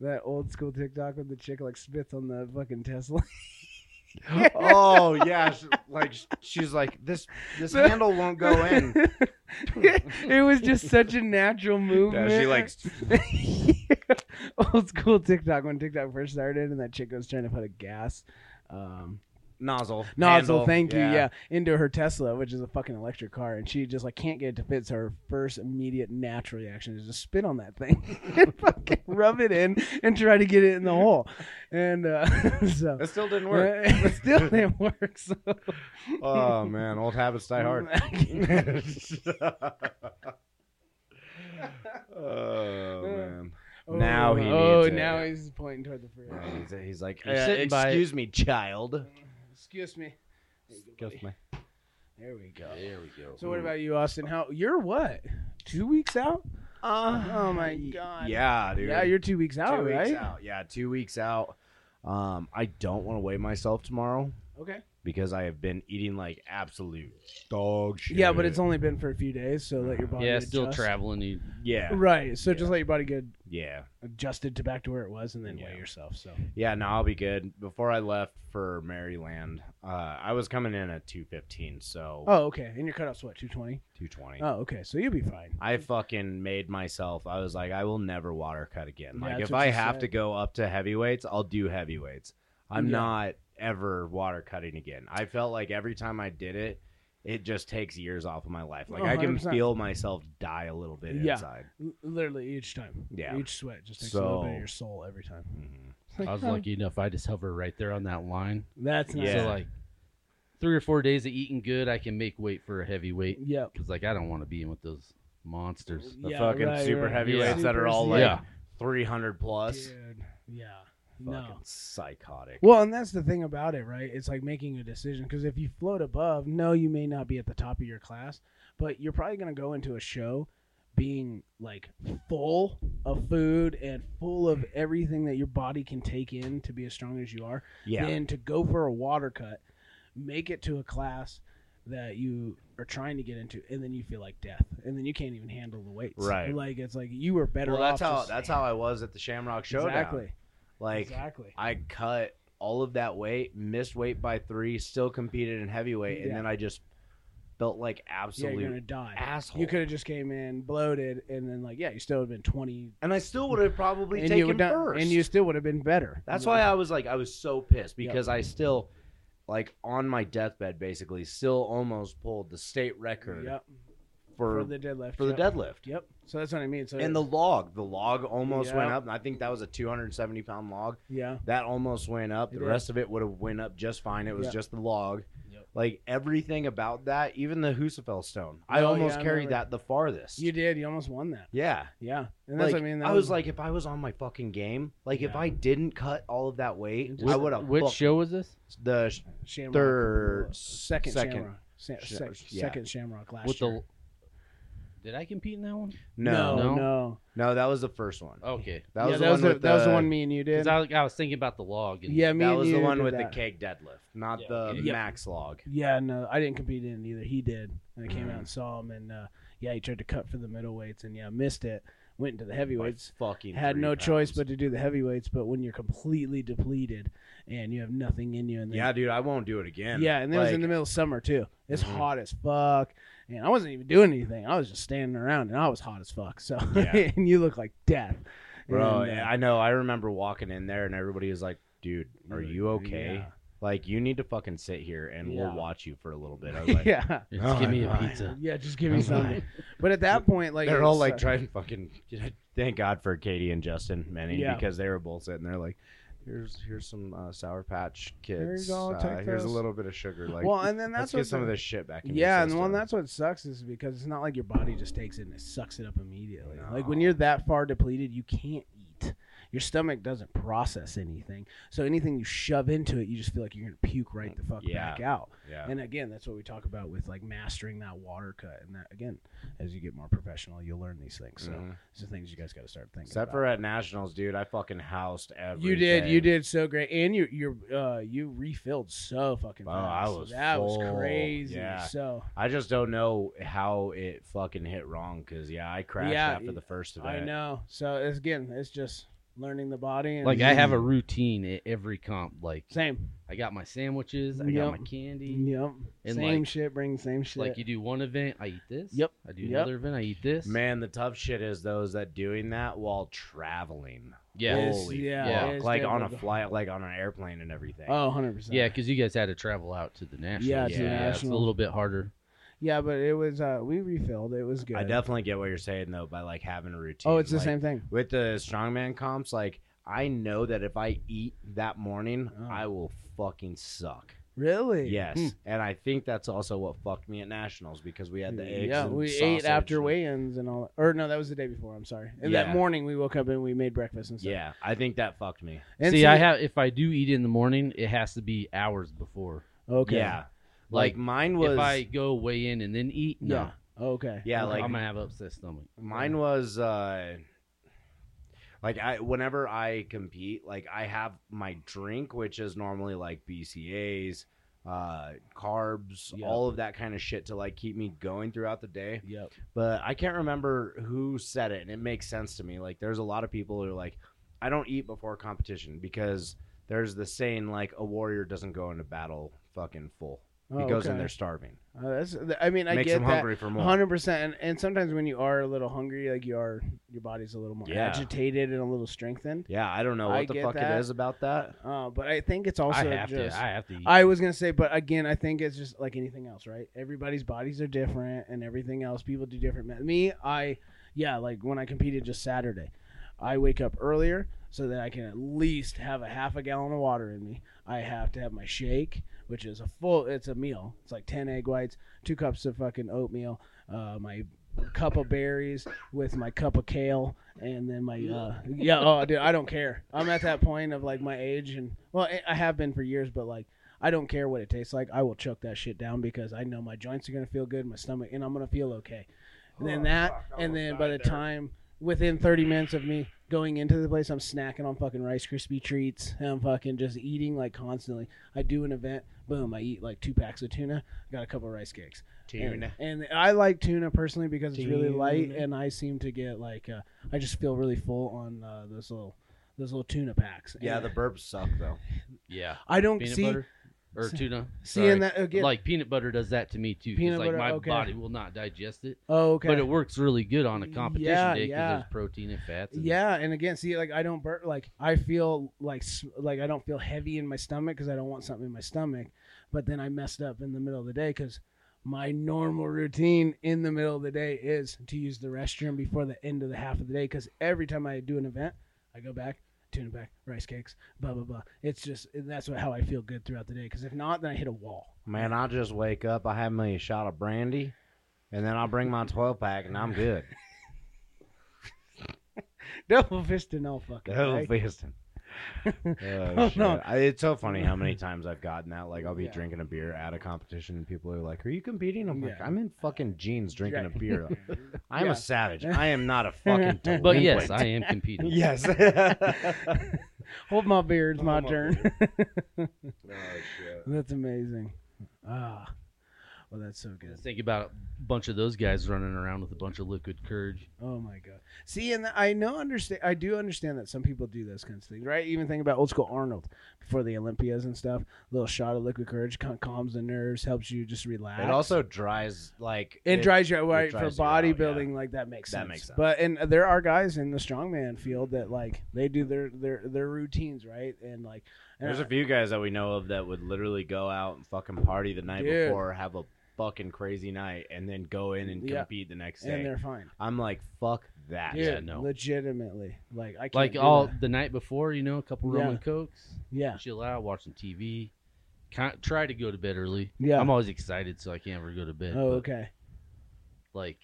that old school TikTok with the chick like spits on the fucking Tesla?
oh yeah, she- like she's like this. This handle won't go in.
it was just such a natural movement.
Yeah, she likes.
old school TikTok when TikTok first started, and that chick was trying to put a gas um,
nozzle.
nozzle, thank you, yeah, into her Tesla, which is a fucking electric car, and she just like can't get it to fit. So her first immediate natural reaction is to spit on that thing, and fucking rub it in, and try to get it in the hole, and uh, so.
It still didn't work.
It still didn't work. So
oh man, old habits die hard. oh man. Now he
Oh,
needs it.
now he's pointing toward the fridge.
He's, he's like,
You're
"Uh,
sitting by-
excuse me, child.
Excuse me. There you go, buddy. There we go.
There we go.
So what about you, Austin? How you're what? Two weeks out?
Uh,
Oh my god.
Yeah, dude.
Yeah, you're two weeks
two
out,
weeks
right?
out. Yeah, two weeks out. Um, I don't want to weigh myself tomorrow
Okay.
because I have been eating like absolute dog shit.
Yeah, but it's only been for a few days, so let your body.
Yeah, still
adjust.
traveling. You,
yeah,
Right. So
Yeah.
just let your body get
yeah,
adjusted to back to where it was, and then
Yeah.
weigh yourself. So
yeah. No, I'll be good. Before I left for Maryland, uh, I was coming in at two fifteen, so
oh, okay. And your cutoff's what? Two twenty.
two twenty.
Oh, okay. So you'll be fine.
I fucking made myself. I was like, I will never water cut again.
Yeah,
Like,
that's
if
what
I
you
have
said.
to go up to heavyweights, I'll do heavyweights. I'm
Yeah.
not ever water cutting again. I felt like every time I did it, it just takes years off of my life. Like,
Oh,
I can
100%.
feel myself die a little bit
Yeah.
inside.
L- literally each time.
Yeah.
Each sweat just takes a little bit
So-
of your soul every time.
Mhm.
It's like,
I was
oh,
lucky enough. I just hover right there on that line.
That's nice.
Yeah.
So like three or four days of eating good, I can make weight for a heavyweight
Yep.
because like I don't want to be in with those monsters.
The
Yeah,
fucking
right,
super
right.
heavyweights that are all
Supers,
like
yeah.
300 plus.
Dude. Yeah.
Fucking
No.
psychotic.
Well, and that's the thing about it, right? It's like making a decision because if you float above, no, you may not be at the top of your class, but you're probably going to go into a show being like full of food and full of everything that your body can take in to be as strong as you are.
Yeah.
Then to go for a water cut, make it to a class that you are trying to get into, and then you feel like death, and then you can't even handle the weights.
Right.
Like it's like you were better
well, that's
off.
how
just-
that's how I was at the Shamrock Showdown.
exactly.
Like,
exactly.
I cut all of that weight, missed weight by three, still competed in heavyweight, and
Yeah.
then I just felt like
Yeah, you're gonna
absolute
die.
asshole.
You could have just came in bloated, and then like, yeah, you still would have been twenty,
and I still would have probably
and you
taken
would not-
first.
and you still would have been better.
That's why I was like, I was so pissed because I still, like, on my deathbed, basically, still almost pulled the state record
Yep.
for,
For the deadlift.
for the
yep.
deadlift.
Yep. So that's what I mean. So
And the log, the log almost went
Yeah.
up. and I think that was a 270 pound log.
yeah,
That almost went up.
It
The
did.
rest of it would have went up just fine. It was
Yeah.
just the log.
Yep.
Like everything about that, even the Husafel stone. I
Oh,
almost
yeah, I
carried
remember.
that the farthest.
you did. You almost won that.
yeah.
Yeah, and that's
like,
what I mean. That
I was, like, if I was on my fucking game, like if
Yeah.
I didn't cut all of that weight,
Just-
I would have
Which show was this?
the sh-
Shamrock,
third,
second,
second
Shamrock, Sa-
Sha-
sec-
yeah.
second Shamrock last
With
year.
the did I compete in that one?
no, no,
no, Oh,
No.
no.
that was the first one.
Okay,
That
Yeah,
was
that
the
was
one with
the, that was the
the-
one me and you did.
because I, I was thinking about the log. And,
yeah, me
That
and
was
you
the one
did
with
that.
the keg deadlift, not
Yeah,
the
okay.
Yep.
max log.
Yeah, no, I didn't compete in it either. He did. And I came
Mm.
out and saw him, and uh, yeah, he tried to cut for the middleweights, and yeah, missed it. Went into the
By
heavyweights.
fucking
Had
three
no choice
pounds.
but to do the heavyweights. But when you're completely depleted and you have nothing in you, and then,
yeah, dude, I won't do it again.
yeah, and it was in the
Like,
middle of summer too. It's
Mhm.
hot as fuck, and I wasn't even doing anything. I was just standing around, and I was hot as fuck. So,
Yeah.
and you look like death,
Bro,
And, uh,
I know. I remember walking in there and everybody was like, dude, are you okay?
yeah.
Like, you need to fucking sit here and
Yeah.
we'll watch you for a little bit. I was like,
yeah,
Just
Oh,
give me
my
a
God.
pizza.
yeah, just give me
I'm fine.
something. But at that point, like
they're all
it's,
like
uh,
trying to fucking. Thank God for Katie and Justin Manning
Yeah.
because they were both sitting there like, here's here's some uh, Sour Patch Kids.
There you go,
uh,
take
here's a
this."
little bit of sugar. Like,
well, and then
let's
that's
get
what
some
the-
of this shit back in. your
Yeah, and well,
system."
and that's what sucks is because it's not like your body just takes it and it sucks it up immediately. Like when
No.
you're that far depleted, you can't eat. your stomach doesn't process anything. So anything you shove into it, you just feel like you're gonna puke right the fuck
Yeah.
back out.
Yeah.
And again, that's what we talk about with like mastering that water cut. And that again, as you get more professional, you'll learn these things. So
Mhm.
these are things you guys got to start thinking.
Except
about.
for at nationals, dude, I fucking housed everything.
you did, you did so great, and you you uh you refilled so fucking
Oh,
fast.
I was
that was
full.
crazy.
Yeah.
So
I just don't know how it fucking hit wrong because yeah, I crashed
Yeah,
after the first event.
I know. So it's, again, it's just learning the body. And
Like I have a routine at every comp. Like
same.
I got my sandwiches, I
Yep.
got my candy.
Yep.
And,
same
like-
shit. Bring the same shit.
Like you do one event, I eat this.
Yep.
I do
Yep.
another event, I eat this.
Man, the tough shit is those that doing that while traveling.
Yeah.
Yes,
Holy
yeah,
yeah.
fuck.
it's
Like on a
difficult.
flight, like on an airplane and everything.
oh, 100 percent.
Yeah, because you guys had to travel out to the national.
to
Yeah,
the
it's a
national.
little bit harder.
yeah, but it was uh we refilled. It was good.
I definitely get what you're saying though by like having a routine.
oh, it's the
Like,
same thing.
with the strongman comps. Like I know that if I eat that morning,
Oh.
I will fucking suck.
Really?
Yes,
Hmm.
and I think that's also what fucked me at nationals because we had the eggs.
yeah,
and
we
sausage
ate after
and-
weigh-ins and all. Or no, that was the day before. I'm sorry. And that
Yeah.
morning we woke up and we made breakfast and stuff.
Yeah, I think that fucked me.
And
see, I have if I do eat in the morning, it has to be hours before.
Okay.
Yeah, like,
Like,
mine was.
if I go weigh in and then eat, no,
Yeah. Okay.
yeah,
I'm-
like
I'm gonna have upset stomach.
Mine was uh like I whenever I compete, like I have my drink, which is normally like BCAs, uh carbs,
Yeah.
all of that kind of shit to like keep me going throughout the day.
Yep.
But I can't remember who said it and it makes sense to me. Like there's a lot of people who are like, I don't eat before competition because there's the saying like a warrior doesn't go into battle fucking full.
Oh,
he goes
okay.
in there starving.
Uh, that's, th- I mean, I
makes
get
him
that.
hungry for more.
Hundred percent, and sometimes when you are a little hungry, like you are, your body's a little more
Yeah.
agitated and a little strengthened.
Yeah, I don't know
I
what the
get
fuck
that.
it is about that.
Uh, but I think it's also
I have
just.
to. I have to eat.
I was gonna say, but again, I think it's just like anything else, right? Everybody's bodies are different, and everything else. People do different. me- Me, I, yeah, like when I competed just Saturday, I wake up earlier so that I can at least have a half a gallon of water in me. I have to have my shake, which is a full. It's a meal. It's like ten egg whites, two cups of fucking oatmeal, uh, my cup of berries with my cup of kale and then my uh yeah oh dude i don't care i'm at that point of like my age and well I- i have been for years but like i don't care what it tastes like i will choke that shit down because i know my joints are gonna feel good my stomach and i'm gonna feel okay and then that and then by the time within 30 minutes of me going into the place i'm snacking on fucking rice krispie treats and i'm fucking just eating like constantly i do an event boom i eat like two packs of tuna got a couple rice cakes and, and I like tuna personally because it's really light,
Tuna.
and I seem to get like uh, I just feel really full on uh, those little those little tuna packs.
Yeah,
And
the burps suck though.
yeah,
I don't
peanut
see
butter or tuna.
seeing
sorry.
that again.
like peanut butter does that to me too. 'cause,
Peanut
like
butter,
my
okay.
body will not digest it,
oh, okay.
but it works really good on a competition
Yeah,
day because
yeah.
there's protein and fats. And
yeah, and again, see, like I don't bur- like I feel like s- like I don't feel heavy in my stomach because I don't want something in my stomach, but then I messed up in the middle of the day because my normal routine in the middle of the day is to use the restroom before the end of the half of the day because every time I do an event, I go back. Tuna back, rice cakes, blah blah blah. It's just and that's what, how I feel good throughout the day. Because if not, then I hit a wall.
Man, I just wake up, I have me a shot of brandy, and then I'll bring my twelve pack and I'm good.
Double fist and all fucking.
Double
right?
fisting.
Oh,
Oh, shit.
no.
I, it's so funny how many times I've gotten that. Like, I'll be
Yeah.
drinking a beer at a competition, and people are like, "Are you competing?" I'm like,
Yeah.
"I'm in fucking jeans drinking
Right.
a beer. I'm
Yeah.
a savage. I am not a fucking."
But
But yes,
delinquent." Oh,
I am competing.
yes.
Hold my beer. It's my
Hold my
turn.
oh shit.
That's amazing. Ah, well, that's so good.
Think about a bunch of those guys running around with a bunch of liquid courage.
Oh my god. See, and I know understand. I do understand that some people do those kinds of things, right? Even think about old school Arnold before the Olympias and stuff. little shot of liquid courage kind of calms the nerves, helps you just relax.
It also dries like
it, dries you out right
dries
for
you out, yeah.
bodybuilding. Like that makes
That
sense.
makes sense.
But and there are guys in the strongman field that like they do their their their routines right, and like and
There's
I-
a few guys that we know of that would literally go out and fucking party the night
Dude.
before, have a fucking crazy night, and then go in and
Yeah.
compete the next
and
day.
they're fine.
I'm like, fuck that.
Dude,
Yeah, no.
legitimately, like I can't
Like
do
all
that.
the night before, you know, a couple
Yeah.
rum and cokes,
yeah,
chill out, watch some TV. Kind, try to go to bed early.
Yeah.
I'm always excited, so I can't ever go to bed.
oh
but,
okay,
Like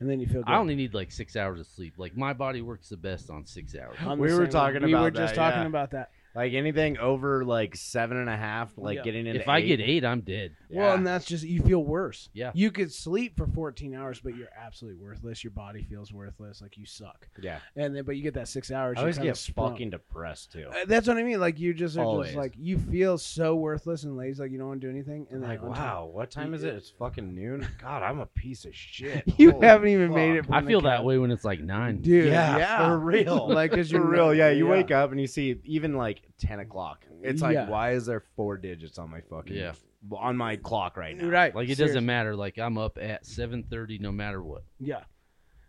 and then you feel. Good.
I only need like six hours of sleep. Like my body works the best on six hours.
I'm
We
the
were
same way.
talking
We were
about
just
that,
talking
yeah.
about that.
Like anything over like seven and a half, like
Yeah.
getting into.
If I get
eight,
eight, I'm dead.
Well,
yeah.
and that's just you feel worse.
Yeah.
You could sleep for 14 hours, but you're absolutely worthless. Your body feels worthless. Like you suck.
yeah,
And then, but you get that six hours.
I
you're
always
kinda
get
sprung.
fucking depressed too.
Uh, That's what I mean. Like you just are
Always.
just like you feel so worthless and lazy. Like you don't want to do anything. And then
like,
on
wow, what time is it? It's fucking noon. God, I'm a piece of shit.
top- you
Holy
haven't even made it.
fuck.
From
I
the
feel that
couch.
way when it's like nine.
dude.
Yeah, for real.
Like, cause
For
you're
real, yeah. You wake up and you see even like ten o'clock. It's like,
Yeah.
why is there four digits on my fucking
Yeah.
on my clock right now?
Right.
Like it
seriously.
doesn't matter. Like I'm up at seven thirty, no matter what.
Yeah.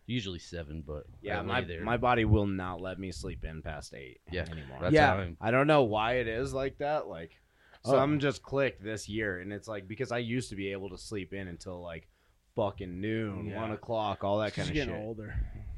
Usually seven, but I
Yeah,
lay
my
there.
my body will not let me sleep in past eight.
Yeah.
anymore.
That's
Yeah.
how I'm-
I don't know why it is like that. Like
Oh.
some just clicked this year, and it's like because I used to be able to sleep in until like fucking noon,
Yeah.
one o'clock, all that
It's
kind
just
of shit.
getting older.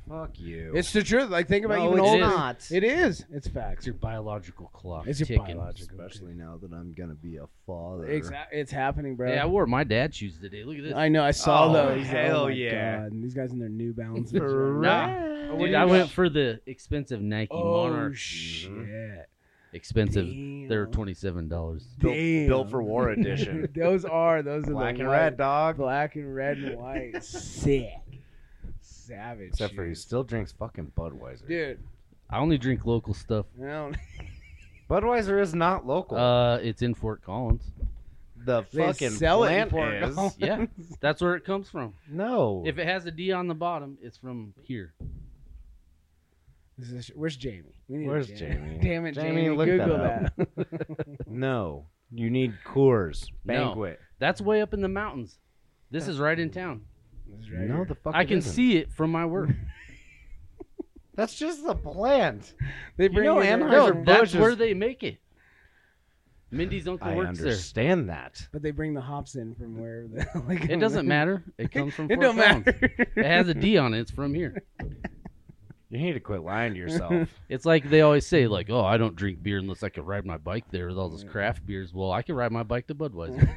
Fuck you.
It's the truth. Like think about
No,
even
it's
older.
not.
It is. It's facts.
It's your biological clock.
It's your
ticking.
biological-
especially now that I'm gonna be a father.
Exactly. It's happening, bro.
Hey, I wore my dad's shoes today. Look at this.
I know. I saw
Oh,
those.
hell
oh my
yeah.
God. And these guys in their New Balance.
Nah.
What do
Dude,
you
I
got?
went for the expensive Nike
Oh
Mm-hmm.
Monarch.
shit!
Expensive.
Damn.
They were twenty seven dollars.
Built,
Damn.
built for war edition.
those are those are
Black
the
and
white-
red, dog.
black and red and white. Sick, savage.
Except for he
dude.
still drinks fucking Budweiser.
dude.
I only drink local stuff.
I don't-
Budweiser is not local.
Uh, it's in Fort Collins.
the
they
fucking
sell it in
plant
Fort
is.
Collins.
Yeah, that's where it comes from.
No.
If it has a D on the bottom, it's from here.
This is- where's Jamie? We need
Where's Jamie?
Damn it, Jamie!
Jamie, look that
Google that.
up. no. You need Coors
No.
Banquet.
That's way up in the mountains. This is right in town.
This is right
No,
here.
the fuck.
I
it
can
isn't.
see it from my work.
That's just the plant.
they bring
know
it in-
Anheuser-
No,
Anheuser-Busch
that's
is-
where they make it. Mindy's uncle
I
works
understand that.
but they bring the hops in from where the like.
there. It doesn't matter. It comes from.
It
Fort
don't
Collins.
matter.
It has a D on it. It's from here.
You need to quit lying to yourself.
It's like they always say, like, "Oh, I don't drink beer unless I can ride my bike there with all those craft beers." Well, I can ride my bike to Budweiser.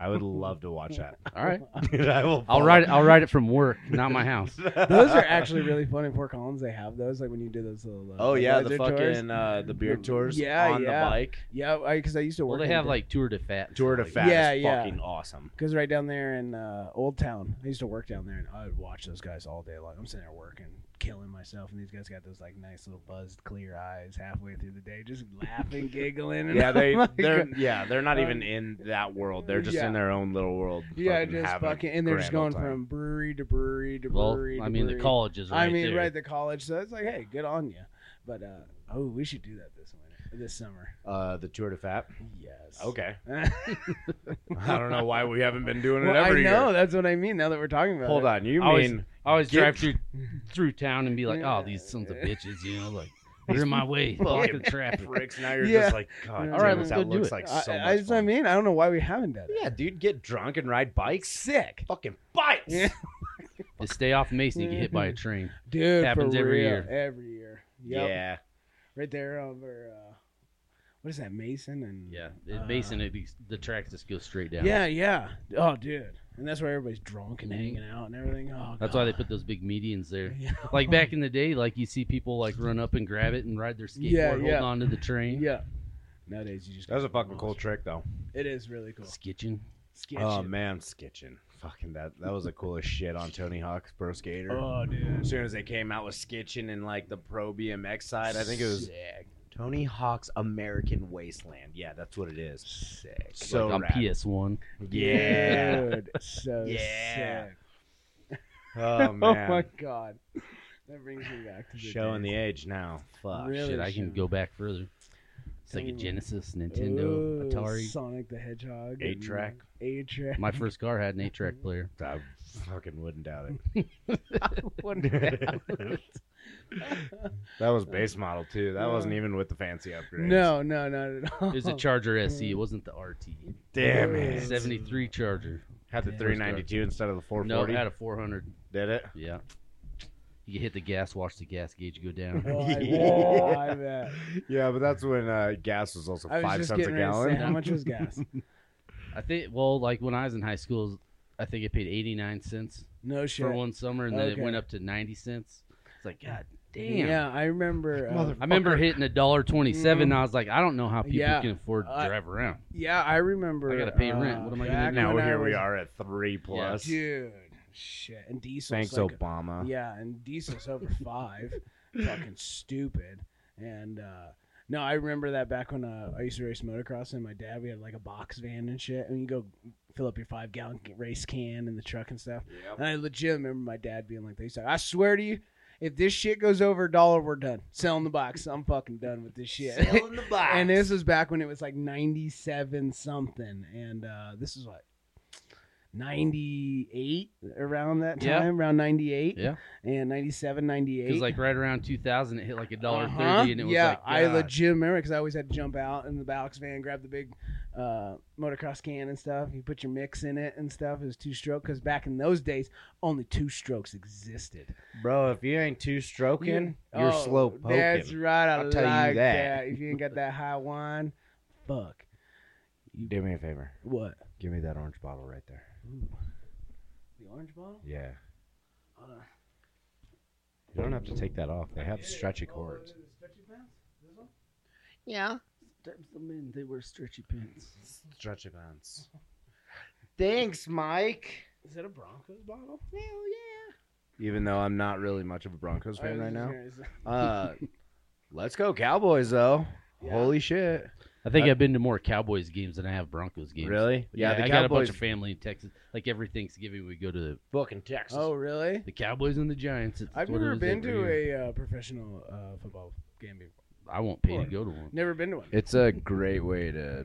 I would love to watch that.
All right,
Dude, I will.
I'll ride it. I'll ride it from work, not my house.
those are actually really fun in Fort Collins. They have those like when you do those little. Uh,
Oh yeah, the
Budweiser
fucking
tours.
uh, the beer tours.
Yeah,
on
yeah.
the bike.
Yeah, because I, used to
Well,
work.
they have like tour de fat.
Tour de
Like,
fat
Yeah,
is
yeah.
fucking awesome.
because right down there in uh, Old Town, I used to work down there, and I would watch those guys all day long. I'm sitting there working, killing myself, and these guys got those like nice little buzzed, clear eyes halfway through the day, just laughing, giggling. And
Yeah,
I'm
they
like,
they're yeah they're not
Oh Um,
even in that world. They're just
yeah.
in their own little world.
yeah,
fucking
just
having a
fucking, and they're just
grand old
going
time.
from brewery to brewery to
Well,
brewery.
I
to
mean, the
brewery.
college is
I
right
mean,
there.
right the college. So it's like, hey, good on you. But uh, oh, we should do that this winter, this summer.
uh, the tour de fat.
Yes.
Okay,
well,
I don't know why we haven't been doing it
I
every
know
year.
that's what I mean. Now that we're talking about
Hold
it.
on, you
I always-
mean
I always
Get-
drive through through town and be like, "Oh,
Yeah.
these sons of bitches," you know, like they're in my way, blocking
fucking
traffic.
pricks? Now you're
Yeah.
just like, God,
Yeah.
damn
All right,
it,
let's
that
go do
looks
it.
like so
I,
much
I, that's what I
fun.
mean, I don't know why we haven't done it.
Yeah, dude, get drunk and ride bikes. Sick, fucking bikes.
Yeah.
To stay off Mason, you get hit by a train.
Dude, for
Happens every
real,
year.
Every year. Yep.
Yeah,
Right there over uh, what is that, Mason and
Yeah,
uh,
it, Mason, it, the tracks just go straight down.
Yeah, yeah. Oh dude. And that's where everybody's drunk and
Mhm.
hanging
Mm-hmm.
out and everything. Oh
That's why they put those big medians there.
Yeah.
Like back in the day, like you see people like run up and grab it and ride their skateboard,
Yeah, yeah.
hold on to the train.
Yeah. Nowadays you just
that was a fucking cool trick though.
It is really cool.
Skitching.
Sketch
Oh
it.
man, skitching. Fucking that. That was the coolest shit on Tony Hawk's Pro Skater.
Oh dude.
As soon as they came out with skitching and like the pro BMX side, I think it was
Sick.
Tony Hawk's American Wasteland. Yeah, that's what it is.
Sick.
So
like on
rad.
PS1.
Yeah.
Dude, so
Yeah.
sick.
oh
Oh
man.
my god. That brings me back to the
Showing
days.
the age now. Fuck.
Really?
Shit, I can
should.
go back further. It's like a
Oh, Ooh.
Genesis, Nintendo,
Ooh,
Atari.
Sonic the Hedgehog,
8-track.
eight track.
My first car had an eight track player.
I fucking wouldn't doubt it. that was base model too. That wasn't even with the fancy upgrades.
No, no, not at all.
It was a Charger SE. It wasn't the RT.
Damn it.
Seven-
73 Charger.
Had the
Yeah.
392 instead of the
No,
440.
it had a 400.
Did it?
Yeah. You hit the gas, watch the gas gauge go down.
Oh, I bet.
Yeah.
I bet.
Yeah, but that's when uh, gas was also
I was
five
just
cents a
getting ready to say,
gallon.
how much was gas?
I think, well, like when I was in high school, I think I paid 89 cents
No shit.
for one summer, and then
Okay.
it went up to 90 cents. It's like, God damn.
yeah, I remember. uh,
I remember hitting a dollar 27
Mhm.
and I was like, I don't know how people
Yeah. Uh,
can afford to
I-
drive around.
yeah, I remember.
I gotta pay rent.
uh,
What am I gonna
back
do?
Now
when I
here we
was-
are at three plus.
dude. Shit, and diesel.
Thanks,
like,
Obama.
Yeah, and diesel's over five. Fucking stupid. And uh no, I remember that back when uh, I used to race motocross, and my dad we had like a box van and shit, and you go fill up your five gallon race can in the truck and stuff. And I legit remember my dad being like, "They said, I swear to you, if this shit goes over a dollar, we're done selling the box. I'm fucking done with this shit."
Selling the box.
and this was back when it was like 97 something and uh this is what 98 around that time
Yeah.
around 98
Yeah.
and 97 98
Because like right around 2000, it hit like a dollar
Uh-huh.
30 and it was
yeah
like,
i
God.
legit remember because i always had to jump out in the box van grab the big uh motocross can and stuff you put your mix in it and stuff it was two stroke because back in those days only two strokes existed
Bro, if you ain't two stroking, you're
Oh,
slow poking.
That's right. I
I'll tell you
like
that.
that. If you ain't got that high wine, fuck.
Do me a favor.
What?
Give me that orange bottle right there.
The orange bottle?
Yeah.
Hold on.
You don't have to take that off. They have stretchy cords.
Yeah. Sometimes the men, they wear stretchy pants.
Stretchy pants. Thanks, Mike.
Is that a Broncos bottle?
Hell yeah.
Even though I'm not really much of a Broncos fan right now.
now.
Uh, let's go Cowboys though.
Yeah.
Holy shit!
I think
Uh,
I've been to more Cowboys games than I have Broncos games.
Really?
Yeah,
the
I got a
Cowboys
bunch of family in Texas. Like every Thanksgiving, we go to the,
fucking Texas.
Oh, really?
the Cowboys and the Giants. It's
I've
what it
never
is
been
every
to
year.
a uh, professional uh, football game before.
I won't pay to go to one.
Never been to one.
It's a great way to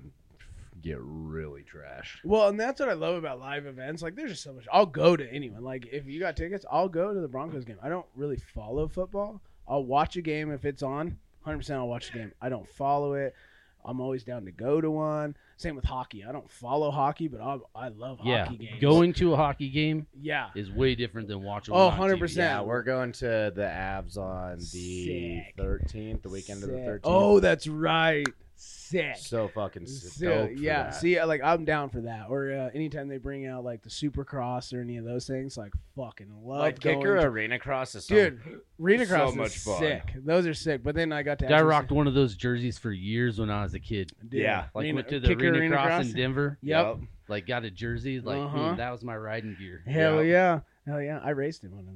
get really trash.
Well, and that's what I love about live events. Like, there's just so much. I'll go to anyone. Like, if you got tickets, I'll go to the Broncos game. I don't really follow football. I'll watch a game if it's on. 100% I'll watch the game. I don't follow it. I'm always down to go to one. Same with hockey. I don't follow hockey, but I, I love
Yeah,
hockey games.
going to a hockey game
Yeah.
is way different than watching.
Oh,
one on TV.
100%.
Yeah, we're going to the Abs on the
Sick.
thirteenth, the weekend of the
Sick.
thirteenth.
Oh, that's right. Sick.
so fucking
So,
stoked for
yeah,
that.
see, I- like I'm down for that. Or uh, anytime they bring out like the Supercross or any of those things, like fucking love
like
going
kicker
to-
arena cross is
Dude, Arena
so
Cross
much
is
fun.
sick. Those are sick. But then I got to
Dude, I
actually
rocked one of those jerseys for years when I was a kid.
see- dude,
Yeah.
Like
Arena-
went to the
kicker
arena, cross, in Denver.
Yep.
Like got a jersey. Like
Uh-huh.
mm, that was my riding gear.
Hell yeah. Hell yeah. I raced in one of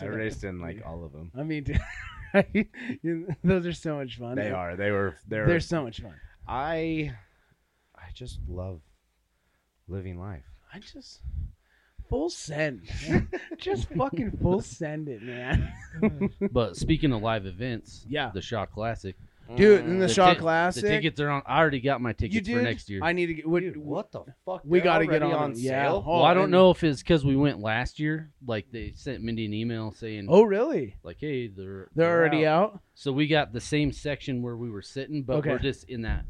I raced in like all of them.
I mean, dude, you- those are so much fun.
They are. They were. They're.
They're so much fun.
I. I just love living life.
I just full send. man. just fucking full send it, man.
But speaking of live events,
Yeah.
the Shaw Classic,
Mm.
Dude, in the
tic-
Shaw Classic.
the tickets are on. I already got my
you
tickets
did.
for next year.
I need to get. What,
Dude, what the fuck?
We
They're
got to get
already
on,
on
it. Yeah.
sale.
Oh,
well, I don't
and-
know if it's because we went last year. Like they sent Mindy an email saying,
Oh, really?
like, hey, they're
They're already
out.
out.
So we got the same section where we were sitting, but
Okay.
we're just in that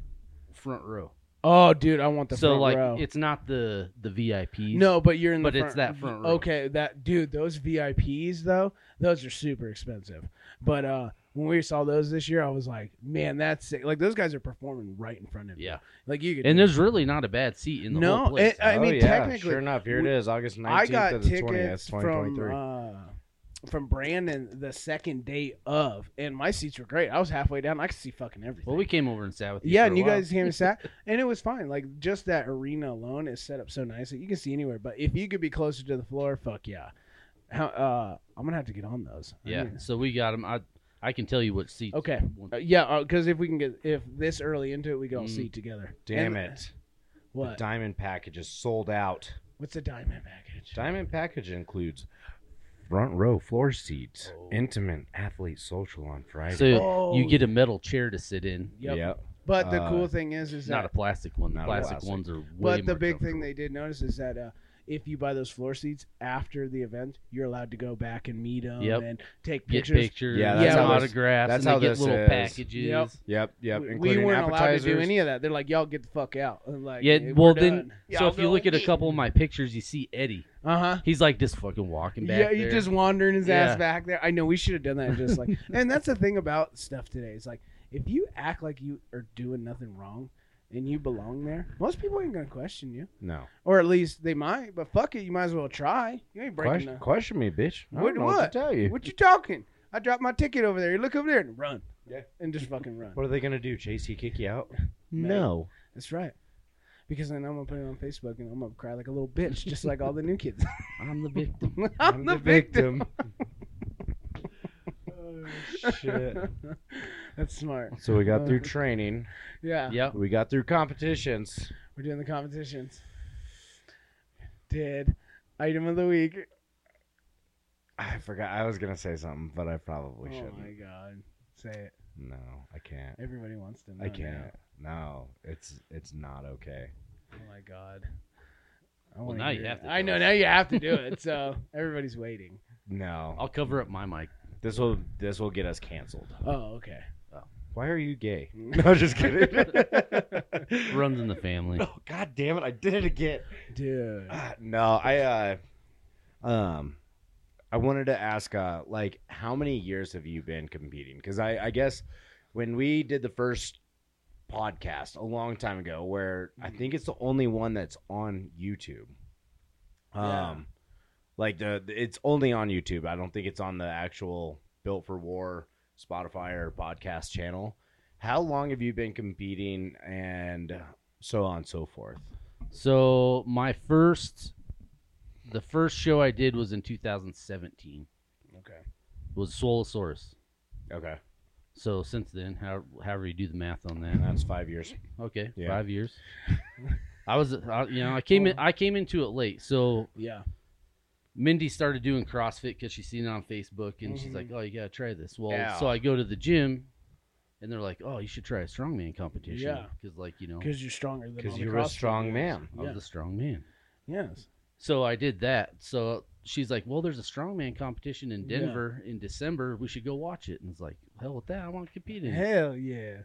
front row.
Oh, dude, I want the
so
front
like
row.
it's not the the VIPs.
No, but you're in the
But it's that front row.
Okay, that dude, those VIPs though, those are super expensive. But uh when we saw those this year, I was like, man, that's sick. Like those guys are performing right in front of you.
Yeah.
Like you could
And there's really not a bad seat in the
No,
whole place.
it- I
Oh,
mean,
yeah,
technically,
sure enough, here
we-
it is, August
I
nineteenth to
got
the twentieth,
tickets
twenty twenty
from
three.
uh from Brandon the second day of and my seats were great. I was halfway down. I could see fucking everything.
well, we came over and sat with you.
yeah,
for
and
a
you
while.
guys came and sat, and it was fine. Like just that arena alone is set up so nice that you can see anywhere. But if you could be closer to the floor, fuck yeah. How, uh, I'm gonna have to get on those. I
Yeah,
mean-
so we got them. I I can tell you what seats.
Okay.
One-
Uh, yeah, because if we can get if this early into it, we can all
Mm.
see together.
Damn
And- uh,
it! The
What?
diamond package is sold out.
What's a diamond package?
Diamond package includes front row floor seats,
Oh.
intimate athlete social on Friday.
So
Oh,
you get a metal chair to sit in.
Yep.
Yep.
But the
Uh,
cool thing is, is
It's not a
that.
plastic one. The
Not a
plastic,
plastic.
ones are way
But the
more
big thing
comfortable.
they did notice is that. uh if you buy those floor seats after the event, you're allowed to go back and meet them
Yep.
and take
get
pictures.
pictures,
Yeah,
that's
get
how this-
autographs,
that's
and
how
they
this
get little
is.
packages.
Yep.
Yep, yep.
We- we
including
weren't allowed to
appetizers.
do any of that. They're like, y'all get the fuck out. And like,
Yeah,
hey,
well
we're
then,
done.
so if you look at a couple of my pictures, you see Eddie.
uh huh.
He's like just fucking walking back.
Yeah, he's
there.
just wandering his ass
Uh-huh. Yeah.
back there. I know we should have done that. Just like, and that's the thing about stuff today. It's like if you act like you are doing nothing wrong, and you belong there, most people ain't gonna question you,
No.
or at least they might. But fuck it, you might as well try. You ain't breaking.
Question,
the
question me, bitch. I
What-
don't know what?
what?
to tell you.
What you talking? I dropped my ticket over there. You look over there and run.
Yeah.
and just fucking run.
What are they gonna do? Chase you, kick you out? No.
That's right. Because then I'm gonna put it on Facebook and I'm gonna cry like a little bitch, just like all the new kids.
I'm the victim.
I'm, the, victim.
oh, shit.
That's smart.
So we got
Uh.
through training.
Yeah,
yep.
We got through competitions.
we're doing the competitions. Did item of the week.
I forgot. I was gonna say something, but I probably
oh
shouldn't.
my god, say it.
No, I can't.
Everybody wants to know.
I
now.
can't. No, it's it's not okay.
Oh my god. I
Well,
wanna
now you
hear
have
it.
to
I
do
know
it.
now you have to do it. So everybody's waiting.
No,
I'll cover up my mic.
this will this will get us canceled.
Oh okay.
Why are you gay? No, just kidding.
Runs in the family.
oh, God damn it! I did it again.
Dude.
Ah, no, I uh, um, I wanted to ask uh, like, how many years have you been competing? Because I, I guess when we did the first podcast a long time ago, where I
Mhm.
think it's the only one that's on YouTube. Um,
Yeah.
like the it's only on YouTube. I don't think it's on the actual Built for War Spotify or podcast channel. How long have you been competing and so on and so forth?
So my first, the first show I did was in 2017.
Okay.
Was Solosaurus.
Okay.
So since then, how, however you do the math on
And
that,
that's five years.
okay,
Yeah.
five years. I was, uh, I, you know, I came
Oh.
in, I came into it late. So
Yeah.
Mindy started doing CrossFit because she seen it on Facebook, and she's
Mm-hmm.
like, "Oh, you gotta try this." Well,
Yeah.
so I go to the gym, and they're like, "Oh, you should try a strongman competition."
Yeah.
because like you know,
Because you're stronger than all
Because
the
you were a
CrossFit
strong
guys.
man.
I was
Yeah.
a strong man.
Yes.
So I did that. So she's like, "Well, there's a strongman competition in
Yeah.
Denver in December. We should go watch it." And it's like, "Hell with that! I want to compete in it."
Hell yeah.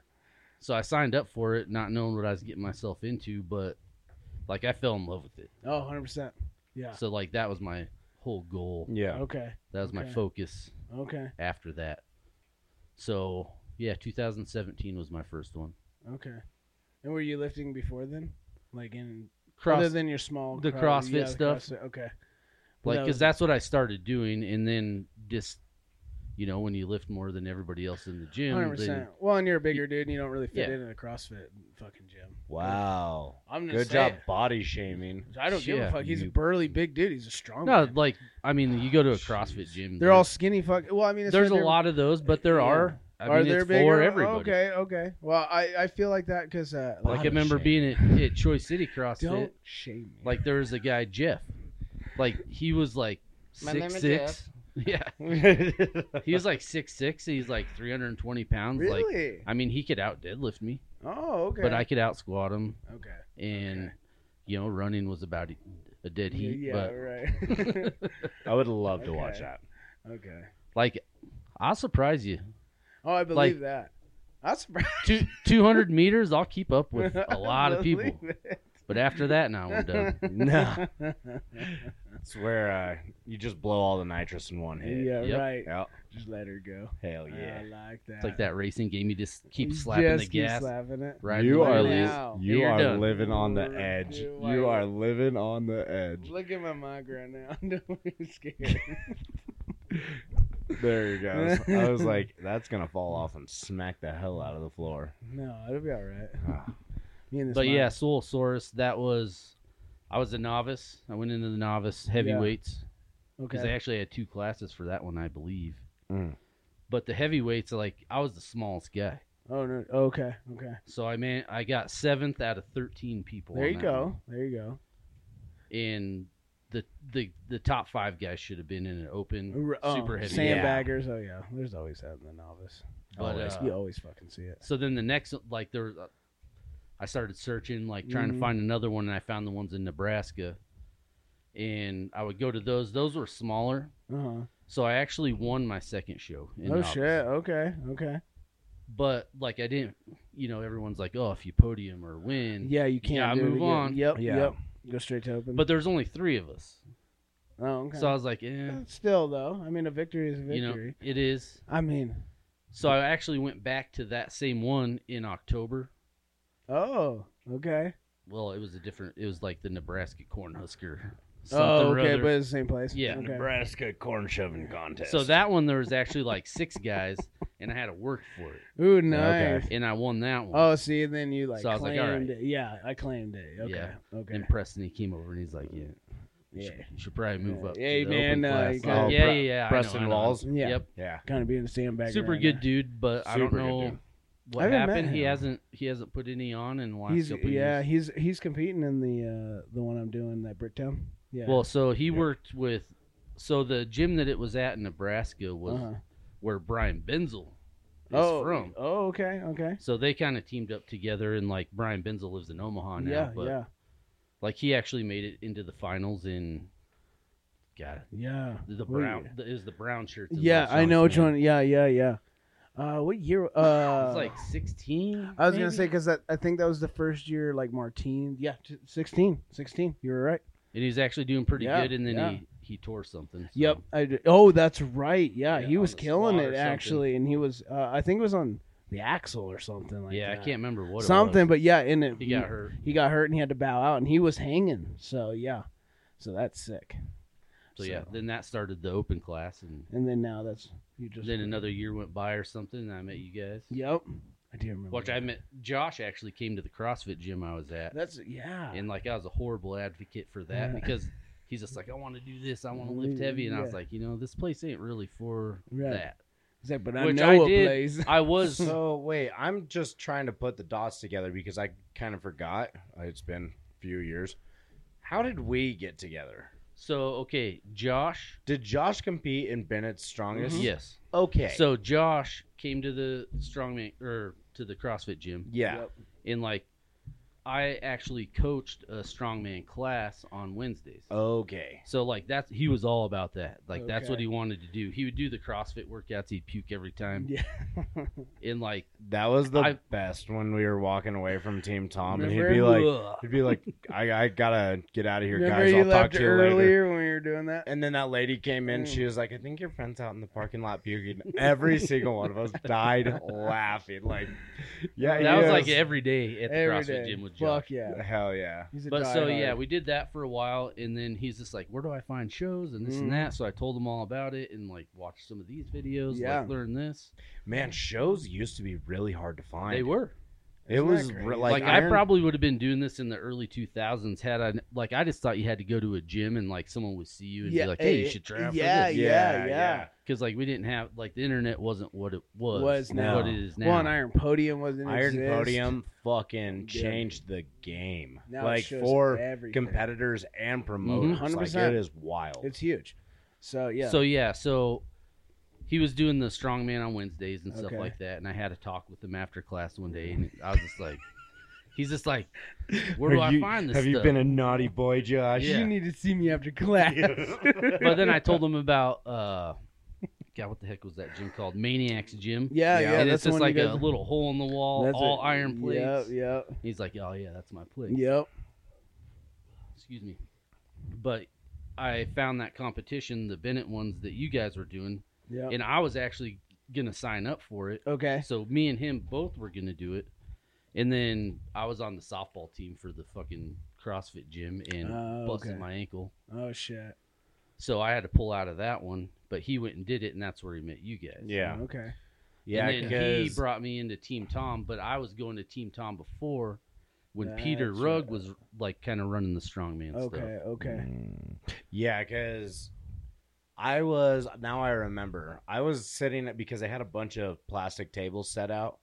So I signed up for it, not knowing what I was getting myself into, but like I fell in love with it.
Oh, 100 percent. Yeah.
So like that was my whole goal.
Yeah.
Okay.
That was
Okay.
my focus
Okay.
after that. So yeah, 2017 was my first one.
Okay. And were you lifting before then? Like in
Cross,
other than your small
the
cro-
CrossFit
yeah, the
stuff.
CrossFit, Okay.
like
that
because
was-
that's what I started doing, and then just you know when you lift more than everybody else in the gym,
Hundred
then-
percent. Well, and you're a bigger dude, and you don't really fit
Yeah.
in at a CrossFit fucking gym.
Wow.
I'm gonna
Good
say
job
it.
body shaming.
I don't give a
Yeah,
fuck. He's a
you-
burly big dude. He's a strong.
No,
man.
like I mean, you go to a
Jeez.
CrossFit gym.
they're all skinny. Fuck. Well, I mean, it's
there's a
no different-
lot of those, but there
Yeah.
are. I
Are
mean,
there
it's
bigger? Oh,
for everybody.
Okay. Okay. Well, I I feel like that because uh,
Like I
Body
remember
shame.
being at, at Choice City CrossFit.
don't shame me.
Like there was a guy Jeff. Like he was like
My name
six
is
six. Yeah, he was like six six. He's like 320 pounds. Like
really?
I mean, he could out deadlift me,
oh, okay.
but I could out squat him,
okay.
and
Okay.
you know, running was about a dead heat.
yeah.
but
Right.
I would love to watch
Okay.
that.
okay.
like, I'll surprise you.
Oh, I believe that. I'm surprised.
Two, 200 meters, I'll keep up with
I
a lot of people.
believe it.
But after that, now I'm done.
No. That's where uh, you just blow all the nitrous in one hit.
yeah, Uh,
Yep. Oh,
right.
Yeah.
Just let her go.
Hell
I
yeah.
like that.
It's like that racing game. You just keep slapping
Just
the
keep
gas.
slapping it.
Right
you
the
are
wheels.
li-
Wow.
you
You're
are
done.
living on the
Dude,
edge.
why
you are
would-
living on the edge.
Look at my mic right now. I'm really scared.
There you go. I was like, that's gonna fall off and smack the hell out of the floor.
no, it'll be all right.
Ah,
Me and this
But
mic.
yeah, Soul Source, that was. I was a novice. I went into the novice heavyweights because they
Okay.
actually had two classes for that one, I believe.
Mm.
But the heavyweights, like I was the smallest guy,
Oh no. Okay. Okay.
so I man, I got seventh out of thirteen people.
There
on
you
that
go.
one.
There you go.
And the the the top five guys should have been in an open.
R- Oh,
Super heavy.
Sandbaggers. Oh yeah. There's always that in the novice.
But,
Always.
uh,
you always fucking see it.
So then the next, like there, was, uh, I started searching, like trying
Mhm.
to find another one, and I found the ones in Nebraska, and I would go to those. Those were smaller,
Uh huh.
so I actually won my second show. In
Oh
novice.
shit. Okay. Okay.
But like I didn't, you know, everyone's like, oh, if you podium or win,
Yeah, you can't.
gotta
do it
move
again.
on.
Yep.
Yeah.
Yep. Go straight to open.
But there's only three of us,
oh, okay.
so I was like, eh,
But Still though, I mean, a victory is a victory.
you know, it is.
I mean,
So I actually went back to that same one in October,
oh, Okay.
Well, it was a different. It was like the Nebraska Cornhusker.
oh,
something or
okay,
other.
but it's the same place.
Yeah.
Okay.
Nebraska corn shoving contest.
so that one there was actually like six guys, and I had to work for it,
Ooh, nice.
and I won that one.
Oh, see, and then you like
So I was like,
claimed
all
it. Yeah, I claimed it. Okay.
Yeah.
Okay.
And Preston, he came over and he's like, "Yeah, you
yeah.
should, you should probably move up."
Hey,
to the open
man, uh,
class."
you
yeah,
gotta-
yeah,
Pre-
yeah, yeah. I know,
Preston
I know.
Walls?
Yeah.
Yep.
yeah.
Kind of being the same background.
Super
right
good
now.
dude, but I don't
Super good
know
dude.
I
what
haven't met
happened. He
him.
hasn't he hasn't put any on in the last
He's
couple
yeah,
years.
he's he's competing in the uh the one I'm doing that Bricktown. Yeah.
Well, so he
Yeah.
worked with so the gym that it was at in Nebraska was
Uh-huh.
where Brian Benzel is
oh,
from.
Oh, okay, okay.
So they kind of teamed up together, and like Brian Benzel lives in Omaha now,
yeah,
but
yeah,
like he actually made it into the finals in, God,
yeah.
the
What
brown
year?
the, it was the brown shirts. and
Yeah,
Lance
I know which
Johnson
one. Yeah, yeah, yeah. Uh, what year?
had.
Uh,
It was like sixteen.
I was gonna
maybe?
say because I, I think that was the first year like Martine. Yeah, t- 16, 16. You were right.
and he was actually doing pretty
Yeah,
good, and then
yeah.
he he tore something. so-
Yep. I d oh, that's right. Yeah,
Yeah,
he
on
was
the
killing
squat or
it
something.
actually, and he was. Uh, I think it was on the axle or something like
yeah, I
that.
can't remember what it
something,
was.
but yeah, and it,
he got hurt.
He got hurt and he had to bow out, and he was hanging. So yeah, so that's sick.
So, yeah,
So-
then that started the open class, and
And then now that's you just
then another year went by or something, and I met you guys.
Yep, I do remember.
Which I met Josh actually came to the CrossFit gym I was at,
That's yeah.
and like I was a horrible advocate for that
Yeah.
because he's just like, I want to do this, I want to lift heavy, and I was
Yeah.
like, you know, this place ain't really for
Right.
that.
He's like, but I
Which
know
I
a
did.
place.
I was
So wait, I'm just trying to put the dots together because I kind of forgot. Uh, It's been a few years. How did we get together?
so okay, Josh.
Did Josh compete in Bennett's strongest?
Mhm.
Yes.
Okay.
Mm-hmm. So Josh came to the strongman or to the CrossFit gym,
yeah.
Yep.
and like I actually coached a strongman class on Wednesdays.
Oh. Okay.
So like that's he was all about that. Like that's what
Okay.
he wanted to do. He would do the CrossFit workouts. He'd puke every time.
Yeah.
And like
That was the
I-
best when we were walking away from Team Tom, and he'd be
Remember?
like,
ugh.
he'd be like, I, I gotta get out of here,
Remember
guys.
you
I'll talk
left
to you
earlier
later.
when we were doing that.
And then that lady came in.
Mm.
She was like, "I think your friend's out in the parking lot puking." Every single one of us died laughing. Like, yeah,
that
he
was
is.
like every day at the
Every
CrossFit
day.
gym with Josh.
Fuck yeah.
hell yeah.
He's a
But so
diehard.
yeah, we did that for a while, and then he's just like, "Where do I find shows and this
Mm.
and that?" So I told him all about it and like watched some of these videos,
Yeah.
like learn this.
Man, shows used to be really hard to find.
They were
It
Isn't
was
that
re-
crazy?
like,
like, I
Iron-
probably would have been doing this in the early 2000s had I like I just thought you had to go to a gym and like someone would see you and be like, "Hey, you should try out
eh, yeah,
for this."
yeah, yeah, yeah.
Because like we didn't have like the internet wasn't what it was,
Was
now.
what it is now.
Well, an Iron Podium wasn't
Iron
exist.
Podium fucking
Yeah.
changed the game.
Now it
like
shows
for
everything. Mm-hmm,
competitors and promoters. Like
100%.
it is wild.
It's huge. So yeah.
So yeah, so he was doing the strongman on Wednesdays and stuff
Okay.
like that, and I had a talk with him after class one day, and I was just like, he's just like, where do
Are
I
you-
find this
Have
stuff?
you been a naughty boy, Josh?
Yeah.
you need to see me after class.
but then I told him about uh, God, what the heck was that gym called? Maniacs Gym.
yeah, yeah,
Yeah.
and
that's
it's
the
just
one
like
you
a
guys-
little hole in the wall,
that's
all
it.
iron
Yep,
plates.
yep,
He's like, oh yeah, that's my plate.
yep.
excuse me. But I found that competition, the Bennett ones that you guys were doing,
Yep.
and I was actually gonna sign up for it.
Okay.
So me and him both were gonna do it, and then I was on the softball team for the fucking CrossFit gym and
Oh,
busted
okay.
my ankle,
Oh shit.
so I had to pull out of that one. But he went and did it, and that's where he met you guys.
yeah.
Okay.
Yeah,
and then he
'cause-
brought me into Team Tom, but I was going to Team Tom before when Peter
That's
Rugg
right.
was like kind of running the strongman stuff.
Okay. Okay.
Mm. Yeah, because I was now I remember I was sitting at because they had a bunch of plastic tables set out.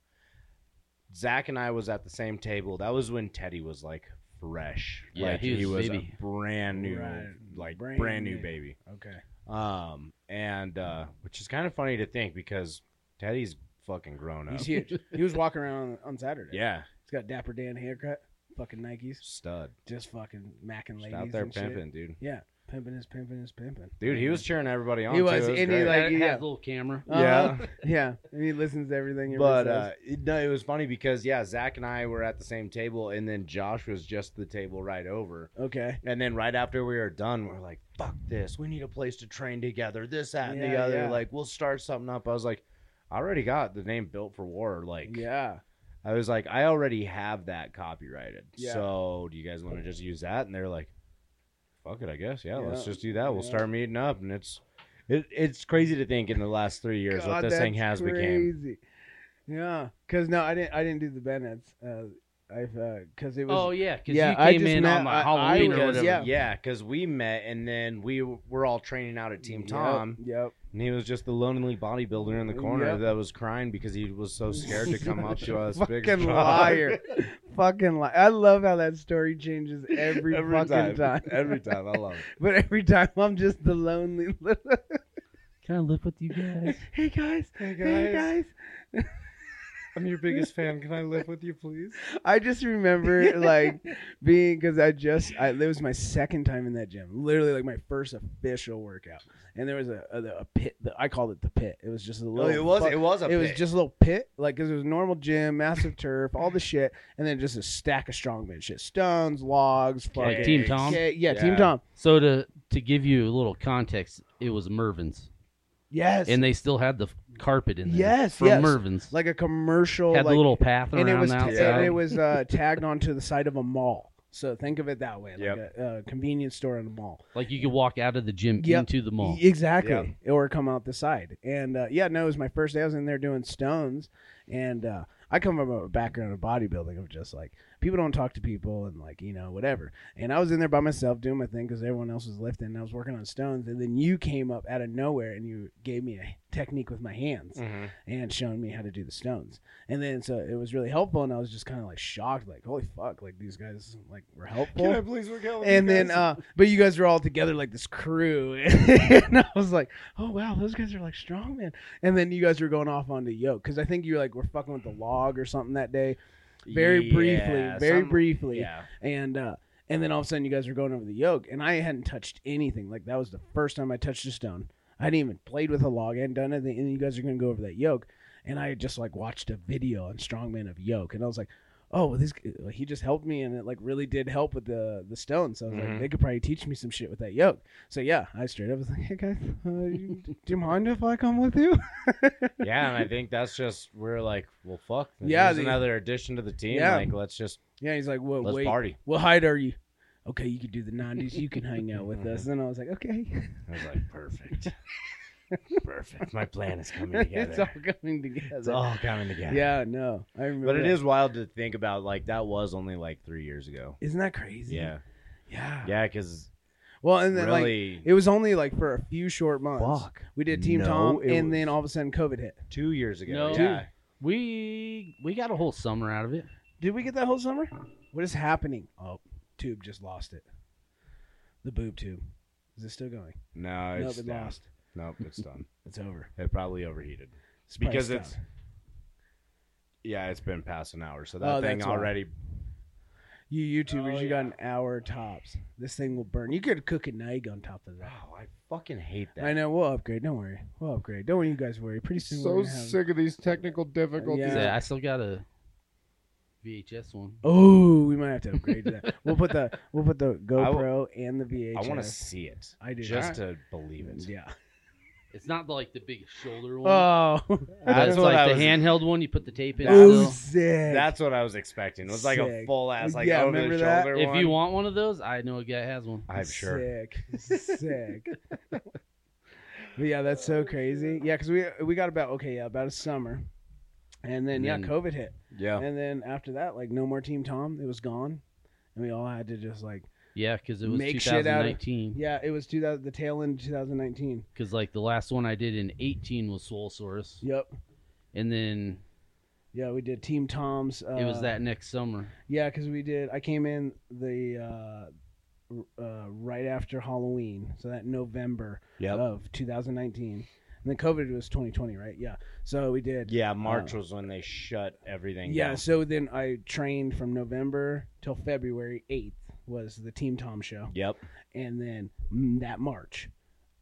Zach and I was at the same table. That was when Teddy was like fresh.
Yeah,
like,
he was a
a
baby.
brand new,
Right.
like
Brand
brand, new
new.
baby.
Okay.
Um, and uh, which is kind of funny to think because Teddy's fucking
Mm-hmm.
grown up.
He's huge. He was walking around on, on Saturday.
Yeah,
He's got Dapper Dan haircut, fucking Nikes,
stud.
just fucking macking
Just
ladies
out there
and shit.
pimping, dude.
Yeah, pimping is pimping is pimping.
Dude, he was cheering everybody on.
He
too.
was,
It
and he,
great.
like,
Had- had
yeah.
his little camera.
yeah.
Uh-huh. yeah, and he listens to everything.
but
everybody
uh,
says.
it, no, it was funny because yeah, Zach and I were at the same table, and then Josh was just the table right over.
okay,
And then right after we were done, we are like, "Fuck this! We need a place to train together. This, that, and the
Yeah,
other.
yeah.
Like, we'll start something up." I was like, "I already got the name Built for War. Like,
yeah,
I was like, I already have that copyrighted.
Yeah.
So do you guys want to just use that? And they're like, fuck it, I guess. Yeah, let's
Yeah.
just do that. We'll
Yeah.
start meeting up. And it's it, it's crazy to think in the last three years what this thing has became.
Yeah, because no, I didn't. I didn't do the Bennett's. Uh, I've because it
Oh
was.
yeah, because
Yeah,
you
I
came
just
in
met-
on my
I- I
Halloween
was-
or whatever.
yeah.
Yeah, because we met and then we were all training out at Team Tom.
Yep.
And he was just the lonely bodybuilder in the corner
Yep.
that was crying because he was so scared to come up to us. big as
fucking
fuck.
liar. fucking liar. I love how that story changes every, fucking time.
Every time. I love it.
But every time I'm just the lonely little.
Can I live with you guys?
hey guys. Hey guys.
I'm your biggest fan. Can I live with you, please?
I just remember like being because I just I, it was my second time in that gym, literally like my first official workout. And there was a a, a pit. The, I called it the pit. It was just a little.
Oh, it was.
fuck-
It was a.
it was
pit.
just a little pit, like because it was a normal gym, massive turf, all the shit, and then just a stack of strongman shit, stones, logs, fucking.
Like Team Tom.
Yeah, yeah, Team
Yeah.
Tom.
So to to give you a little context, it was Mervin's,
Yes.
and they still had the f- carpet in there.
Yes,
from
yes.
Mervin's.
like a commercial.
had
like,
the little path
and
around
it was
the
ta-
outside.
and it was uh, tagged onto the side of a mall. So think of it that way, like
Yep.
a, a convenience store in a mall.
like you could walk out of the gym
Yep.
into the mall.
E, Exactly. Or come out the side. And uh, yeah, no, it was my first day. I was in there doing stones. And uh, I come from a background of bodybuilding of just like people don't talk to people and like, you know, whatever. And I was in there by myself doing my thing because everyone else was lifting and I was working on stones. And then you came up out of nowhere and you gave me a technique with my hands
Mhm.
and showing me how to do the stones. And then so it was really helpful. And I was just kind of like shocked, like, holy fuck, like these guys like were helpful
Can I please work out with
and
you
then
guys?
uh but you guys were all together like this crew and i was like oh wow those guys are like strong man and then you guys were going off onto yoke because i think you like were fucking with the log or something that day very briefly
Yeah,
very
some-
briefly
Yeah.
and uh and then all of a sudden you guys were going over the yoke and i hadn't touched anything like that was the first time i touched a stone i hadn't even played with a log i hadn't done anything and you guys are going to go over that yoke and i had just like watched a video on strongman of yoke and i was like oh well, this he just helped me and it like really did help with the the stone so i was like
Mhm.
they could probably teach me some shit with that yoke so yeah i straight up was like hey guys uh, you- do you mind if i come with you
Yeah, and I think that's just we're like, well, fuck.
Yeah,
Yeah, there's
the-
another addition to the team.
Yeah.
Like, let's just
yeah he's like well
let's
wait
party.
what height are you okay you could do the 90s you can hang out with
Mm-hmm.
us and i was like okay
I was like, perfect, perfect. My plan is coming
it's all
together.
coming together.
It's all coming together.
yeah, no, I remember.
But it
that.
is wild to think about. Like that was only like three years ago.
Isn't that crazy?
Yeah,
Yeah.
yeah, because
Well, and then like
really,
it was only like for a few short months.
fuck,
We did Team
No,
Tom,
it
and then
was-
all of a sudden COVID hit.
two years ago.
No.
yeah.
We we got a whole summer out of it.
Did we get that whole summer? What is happening? Oh, tube just lost it. The boob tube. Is it still going?
no,
nope,
Uh, it's
it
down.
lost.
Nope, it's done.
It's over.
It probably overheated.
It's probably
Because
stuck.
it's yeah, it's been past an hour, so that
Oh,
thing
that's why.
already.
you YouTubers.
Oh,
you got
yeah.
an hour tops. This thing will burn. You could cook an egg on top of that.
Oh, I fucking hate that.
I know. We'll upgrade. Don't worry. We'll upgrade. Don't you guys worry. Pretty soon. we're gonna have...
of these technical difficulties.
Yeah.
So I still got a VHS one.
Oh, we might have to upgrade to that. We'll put the we'll put the
I
GoPro and the VHS.
I want to see it.
I do.
just to believe it.
Yeah.
It's not like the big shoulder one.
Oh.
but
That's
it's
what
like
I
the
was-
handheld one. You put the tape in.
Ooh,
still.
sick.
That's what I was expecting. It was like a
Sick.
full ass, like
Yeah,
over the
remember that?
shoulder
If
one.
you want one of those, I know a guy has one.
I'm sure.
Sick. Sick. but yeah, that's so crazy. Yeah, because we we got about okay, yeah, about a summer, and then
And
yeah,
then-
COVID hit,
Yeah.
and then after that, like no more Team Tom, it was gone, and we all had to just like
Yeah, because it was
Make shit out of-
2019.
yeah, it was two thousand the tail end of 2019.
Because like the last one I did in 18 was Swolsaurus,
Yep.
and then
Yeah, we did Team Tom's. Uh,
it was that next summer.
Yeah, because we did. I came in the uh, r- uh, right after Halloween, so that November
Yep.
of 2019, and then COVID was 2020, right? Yeah. So we did.
yeah. March
uh,
was when they shut everything.
Yeah.
down.
So then I trained from November till February 8th was the Team Tom show,
Yep.
and then mm, that March,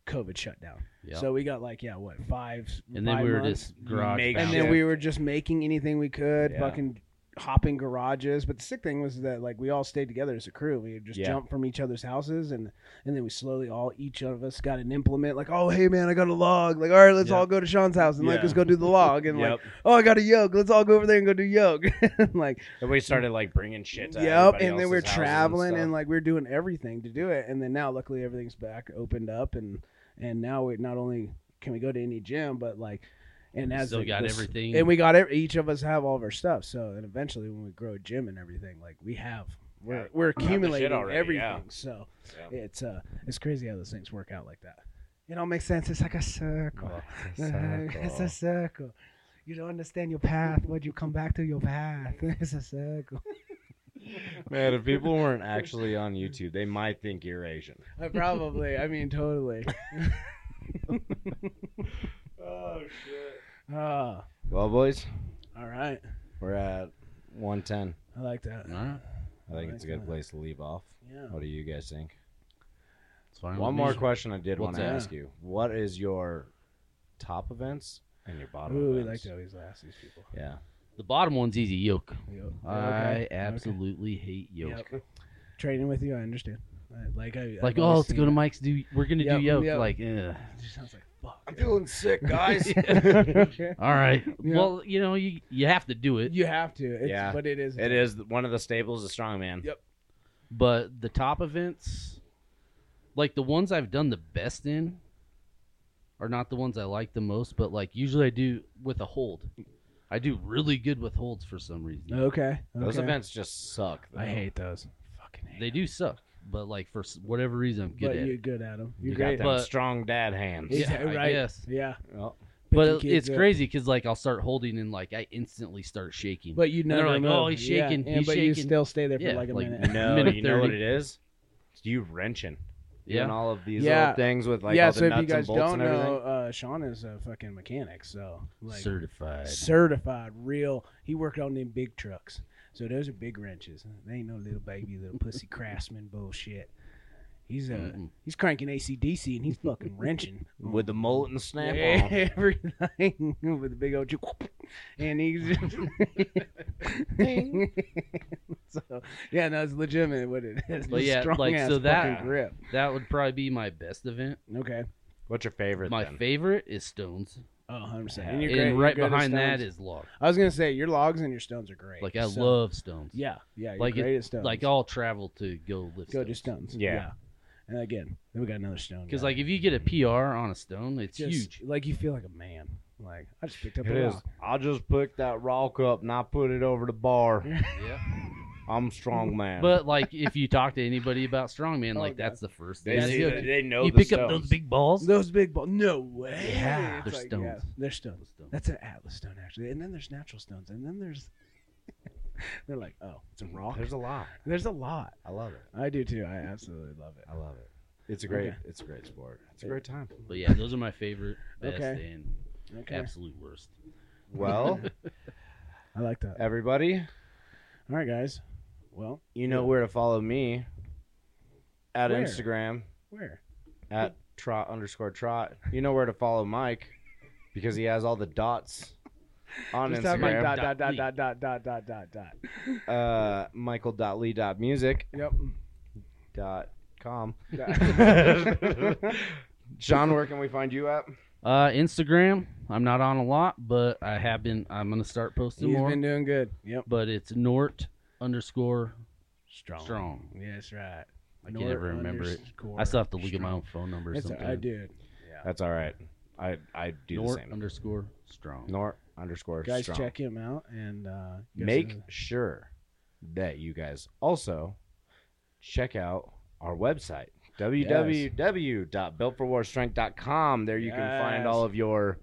COVID shut down.
Yeah.
So we got like yeah, what five?
and then
five
we were
months?
just garage.
Make
and
Wow.
then
shit.
we were just making anything we could
Yeah.
fucking hopping garages. But the sick thing was that like we all stayed together as a crew. We would just
Yeah.
jump from each other's houses, and and then we slowly all each of us got an implement. Like, oh hey man, I got a log. Like, all right, let's
Yeah.
all go to Sean's house and like
Yeah.
let's go do the log. And like, oh I got a yoke. Let's all go over there and go do yoke. And, like,
and we started like bringing shit. To
yep.
everybody
And then
else's
we are
houses
traveling and,
stuff.
like we are doing everything to do it. And then now luckily everything's back opened up, and and now we not only can we go to any gym, but like. And as
Still
the-
got
the-
everything.
and we got ev- each of us have all of our stuff. So and eventually, when we grow a gym and everything, like we have, we're
Yeah,
we're
the shit
accumulating
already,
everything.
yeah.
So
Yeah.
it's uh it's crazy how those things work out like that. It all makes sense. It's like a circle. it's a circle. You don't understand your path, but you come back to your path. It's a circle.
Man, if people weren't actually on YouTube, they might think you're Asian.
I probably. I mean, totally.
Oh shit.
Ah,
Well, boys,
all right.
we're at 110.
I like that.
All right.
I think it's a good place to leave off.
Yeah.
What do you guys think?
It's fine
One
with
more
me.
question I did want
What's
to
that?
ask you. What is your top events and your bottom
Ooh, we like
events?
to always ask these people.
Yeah.
The bottom one's easy. Yoke.
Yep.
I
Okay. Okay.
absolutely hate yoke.
Yep. Training with you, I understand. I- Like I
Like,
I've
oh,
always
let's
seen
go to
that.
Mike's. Do we're gonna
Yep,
do yoke?
yep.
Like, ugh.
It just sounds like fuck.
feeling sick, guys.
all right.
Yeah.
Well, you know, you you have to do it.
You have to. It's,
Yeah.
but it is.
it is one of the staples of strongman.
Yep.
But the top events, like the ones I've done the best in, are not the ones I like the most. But like usually I do with a hold. I do really good with holds for some reason.
Okay.
Those
okay.
events just suck. Though.
I hate those. Fucking hate.
oh. They do suck, but like for s- whatever reason I'm good
but
at.
you're
it.
good at them.
You
You're
got
great.
them
But-
strong dad hands.
Yeah,
I
right.
guess.
Yeah.
Oh,
But
Picky
it-
kid's
it's
good.
crazy because like I'll start holding and like I instantly start shaking.
But you know
they're
their
like, "Oh,
move.
he's
Yeah,
shaking,
and-
he's
but you
shaking.
still stay there for
Yeah,
like a
like-
minute.
no,
Minute
you know what
30.
it is? It's you wrenching.
yeah.
Doing all of these
Yeah.
little things with like
yeah.
all the
So if
nuts
you guys
and bolts
don't
and everything.
know, uh, Sean is a fucking mechanic. So like
Certified.
certified, real. He worked on them big trucks. So those are big wrenches. They ain't no little baby, little pussy craftsman bullshit. He's uh,
Mm-mm.
he's cranking ACDC and he's fucking wrenching
with the mullet and snap on.
everything with the big old ju- and he's just so yeah no it's legitimate what it is
But
It's
yeah,
strong
like,
ass
so that-
fucking grip
That would probably be my best event.
okay
What's your favorite?
My
then?
favorite is stones,
oh 100 percent
And
and
great-
right
good at
behind that
stones.
is log.
I was gonna say your logs and your stones are great
Like I
so-
love stones.
yeah yeah you're
Like, it-
great at stones
Like I'll travel to go lift.
go to stones
Yeah.
and again then we got another stone
Because
guy.
like if you get a PR on a stone, it's
Just-
huge.
like you feel like a man like I just picked up
It
a
is.
rock
I just picked that rock up and I put it over the bar.
Yeah.
I'm strong man.
But like if you talk to anybody about strongman,
Oh,
like
God.
that's the first
they,
thing they
see
go
that-
to.
they know
You
the
pick up
stones.
those big balls.
those big balls no way
Yeah,
It's
they're
like, yeah,
stones.
they're stones
Stone.
That's an Atlas stone, actually. And then there's natural stones. And then there's. They're like, oh, it's a rock.
There's a lot.
There's a lot.
I love it.
I do too. I absolutely love it.
I love it. It's a great.
Okay.
It's a great sport. It's a great time.
But yeah, those are my favorite, best,
Okay.
and
Okay.
absolute worst.
Well,
I like that.
everybody,
All right, guys. Well,
you know where to follow me at
Where?
Instagram
where?
at trot underscore trot. You know where to follow Mike because he has all the dots on
Just type in
Instagram.
dot,
Dot.
dot, dot, dot, dot, dot, dot, dot, dot.
Uh, Michael.lee.music
Yep.
dot com.
Dot.
Sean, where can we find you at?
Uh, Instagram, I'm not on a lot, but I have been. I'm gonna start posting
He's
more.
been doing good. Yep.
but it's Nort underscore
Strong.
strong.
Yes, right.
I can't ever remember it. I still have to look at my own phone number.
It's all-
sometime.
I did.
That's all right. I I do
Nort
the same.
underscore strong.
Nort underscore
Guys,
strong.
check him out and uh, you guys
Make
know-
sure that you guys also check out our website www.builtforwarstrength.com. There you can
Yes.
find all of your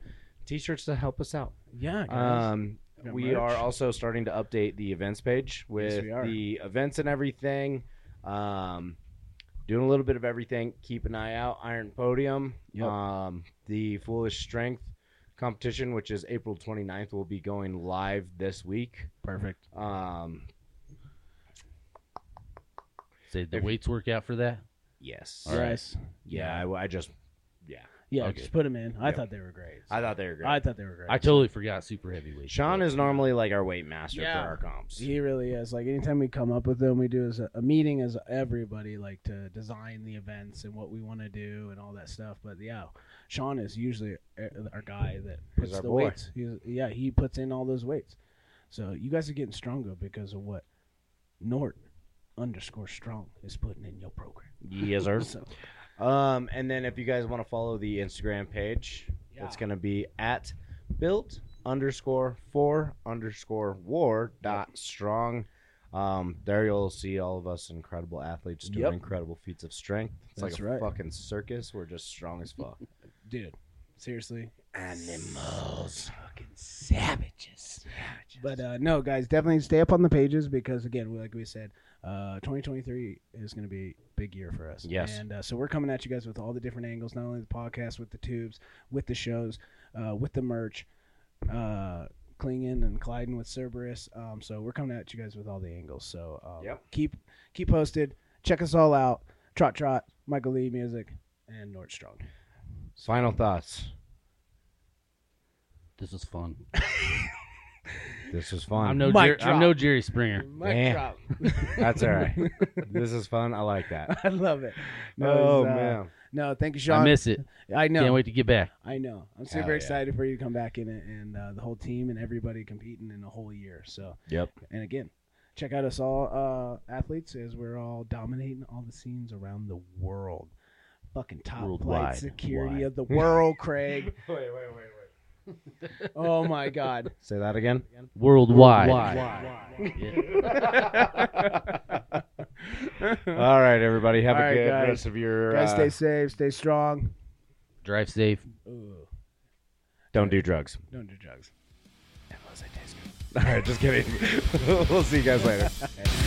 t-shirts to help us out.
Yeah, guys.
Um,
We got
we
merch.
are also starting to update the events page with
we are.
the events and everything. Um, doing a little bit of everything. Keep an eye out. Iron Podium,
Yep.
um, the Foolish Strength competition, which is April 29th, will be going live this week.
Perfect.
Um,
Say the
If-
weights work out for that.
yes.
All right.
Yes.
Yeah, I, I just yeah.
Yeah,
Okay.
just put them in. I
Yep.
thought they were great.
I thought they were great.
I thought they were great.
I totally forgot super heavyweight.
Sean is normally like our weight master
Yeah.
for our comps.
He really is. Like anytime we come up with them, we do is a, a meeting as everybody like to design the events and what we want to do and all that stuff. But yeah, Sean is usually uh, our guy that
He's
puts
our
the
boy.
weights. He's, yeah, he puts in all those weights. So you guys are getting stronger because of what Nort underscore strong is putting in your program.
Yes, sir.
So,
Um, and then if you guys want to follow the Instagram page,
Yeah.
it's going to be at built underscore four underscore war dot strong. Um, there you'll see all of us incredible athletes doing
Yep.
incredible feats of strength. It's
That's
like a
right.
fucking circus. We're just strong as fuck.
dude, seriously,
Animals.
savages. But uh, no, guys, definitely stay up on the pages because again, we- like we said, uh, 2023 is going to be a big year for us.
Yes.
and uh, so we're coming at you guys with all the different angles, not only the podcast, with the tubes, with the shows, uh, with the merch, uh, Klingon and Clyden with Cerberus. Um, so we're coming at you guys with all the angles. So um,
Yep.
keep keep posted. Check us all out. Trot Trot, Michael Lee Music, and Nord Strong.
Final thoughts.
This is fun.
This was fun.
I'm no
Mic
Jer- I'm
drop.
no Jerry Springer.
Mic drop. That's all right. this is fun. I like that.
I love it. No,
oh
it's, uh,
man.
No, thank you, Sean.
I miss it.
I know.
Can't wait to get back.
I know. I'm
Hell
super
yeah.
excited for you to come back in it and uh, the whole team and everybody competing in a whole year. So,
Yep.
and again, check out us all uh, athletes as we're all dominating all the scenes around the world. Fucking top
Worldwide.
flight security
Wide.
of the world, Craig. wait, wait, wait, wait. oh my God.
Say that again.
Worldwide. Yeah.
All right, everybody. Have
All
a
right,
good
guys.
rest of your.
Guys,
uh,
stay safe, stay strong.
Drive safe.
Ooh,
don't do drugs.
don't do drugs. Unless it tastes good.
All right, just kidding. we'll see you guys later.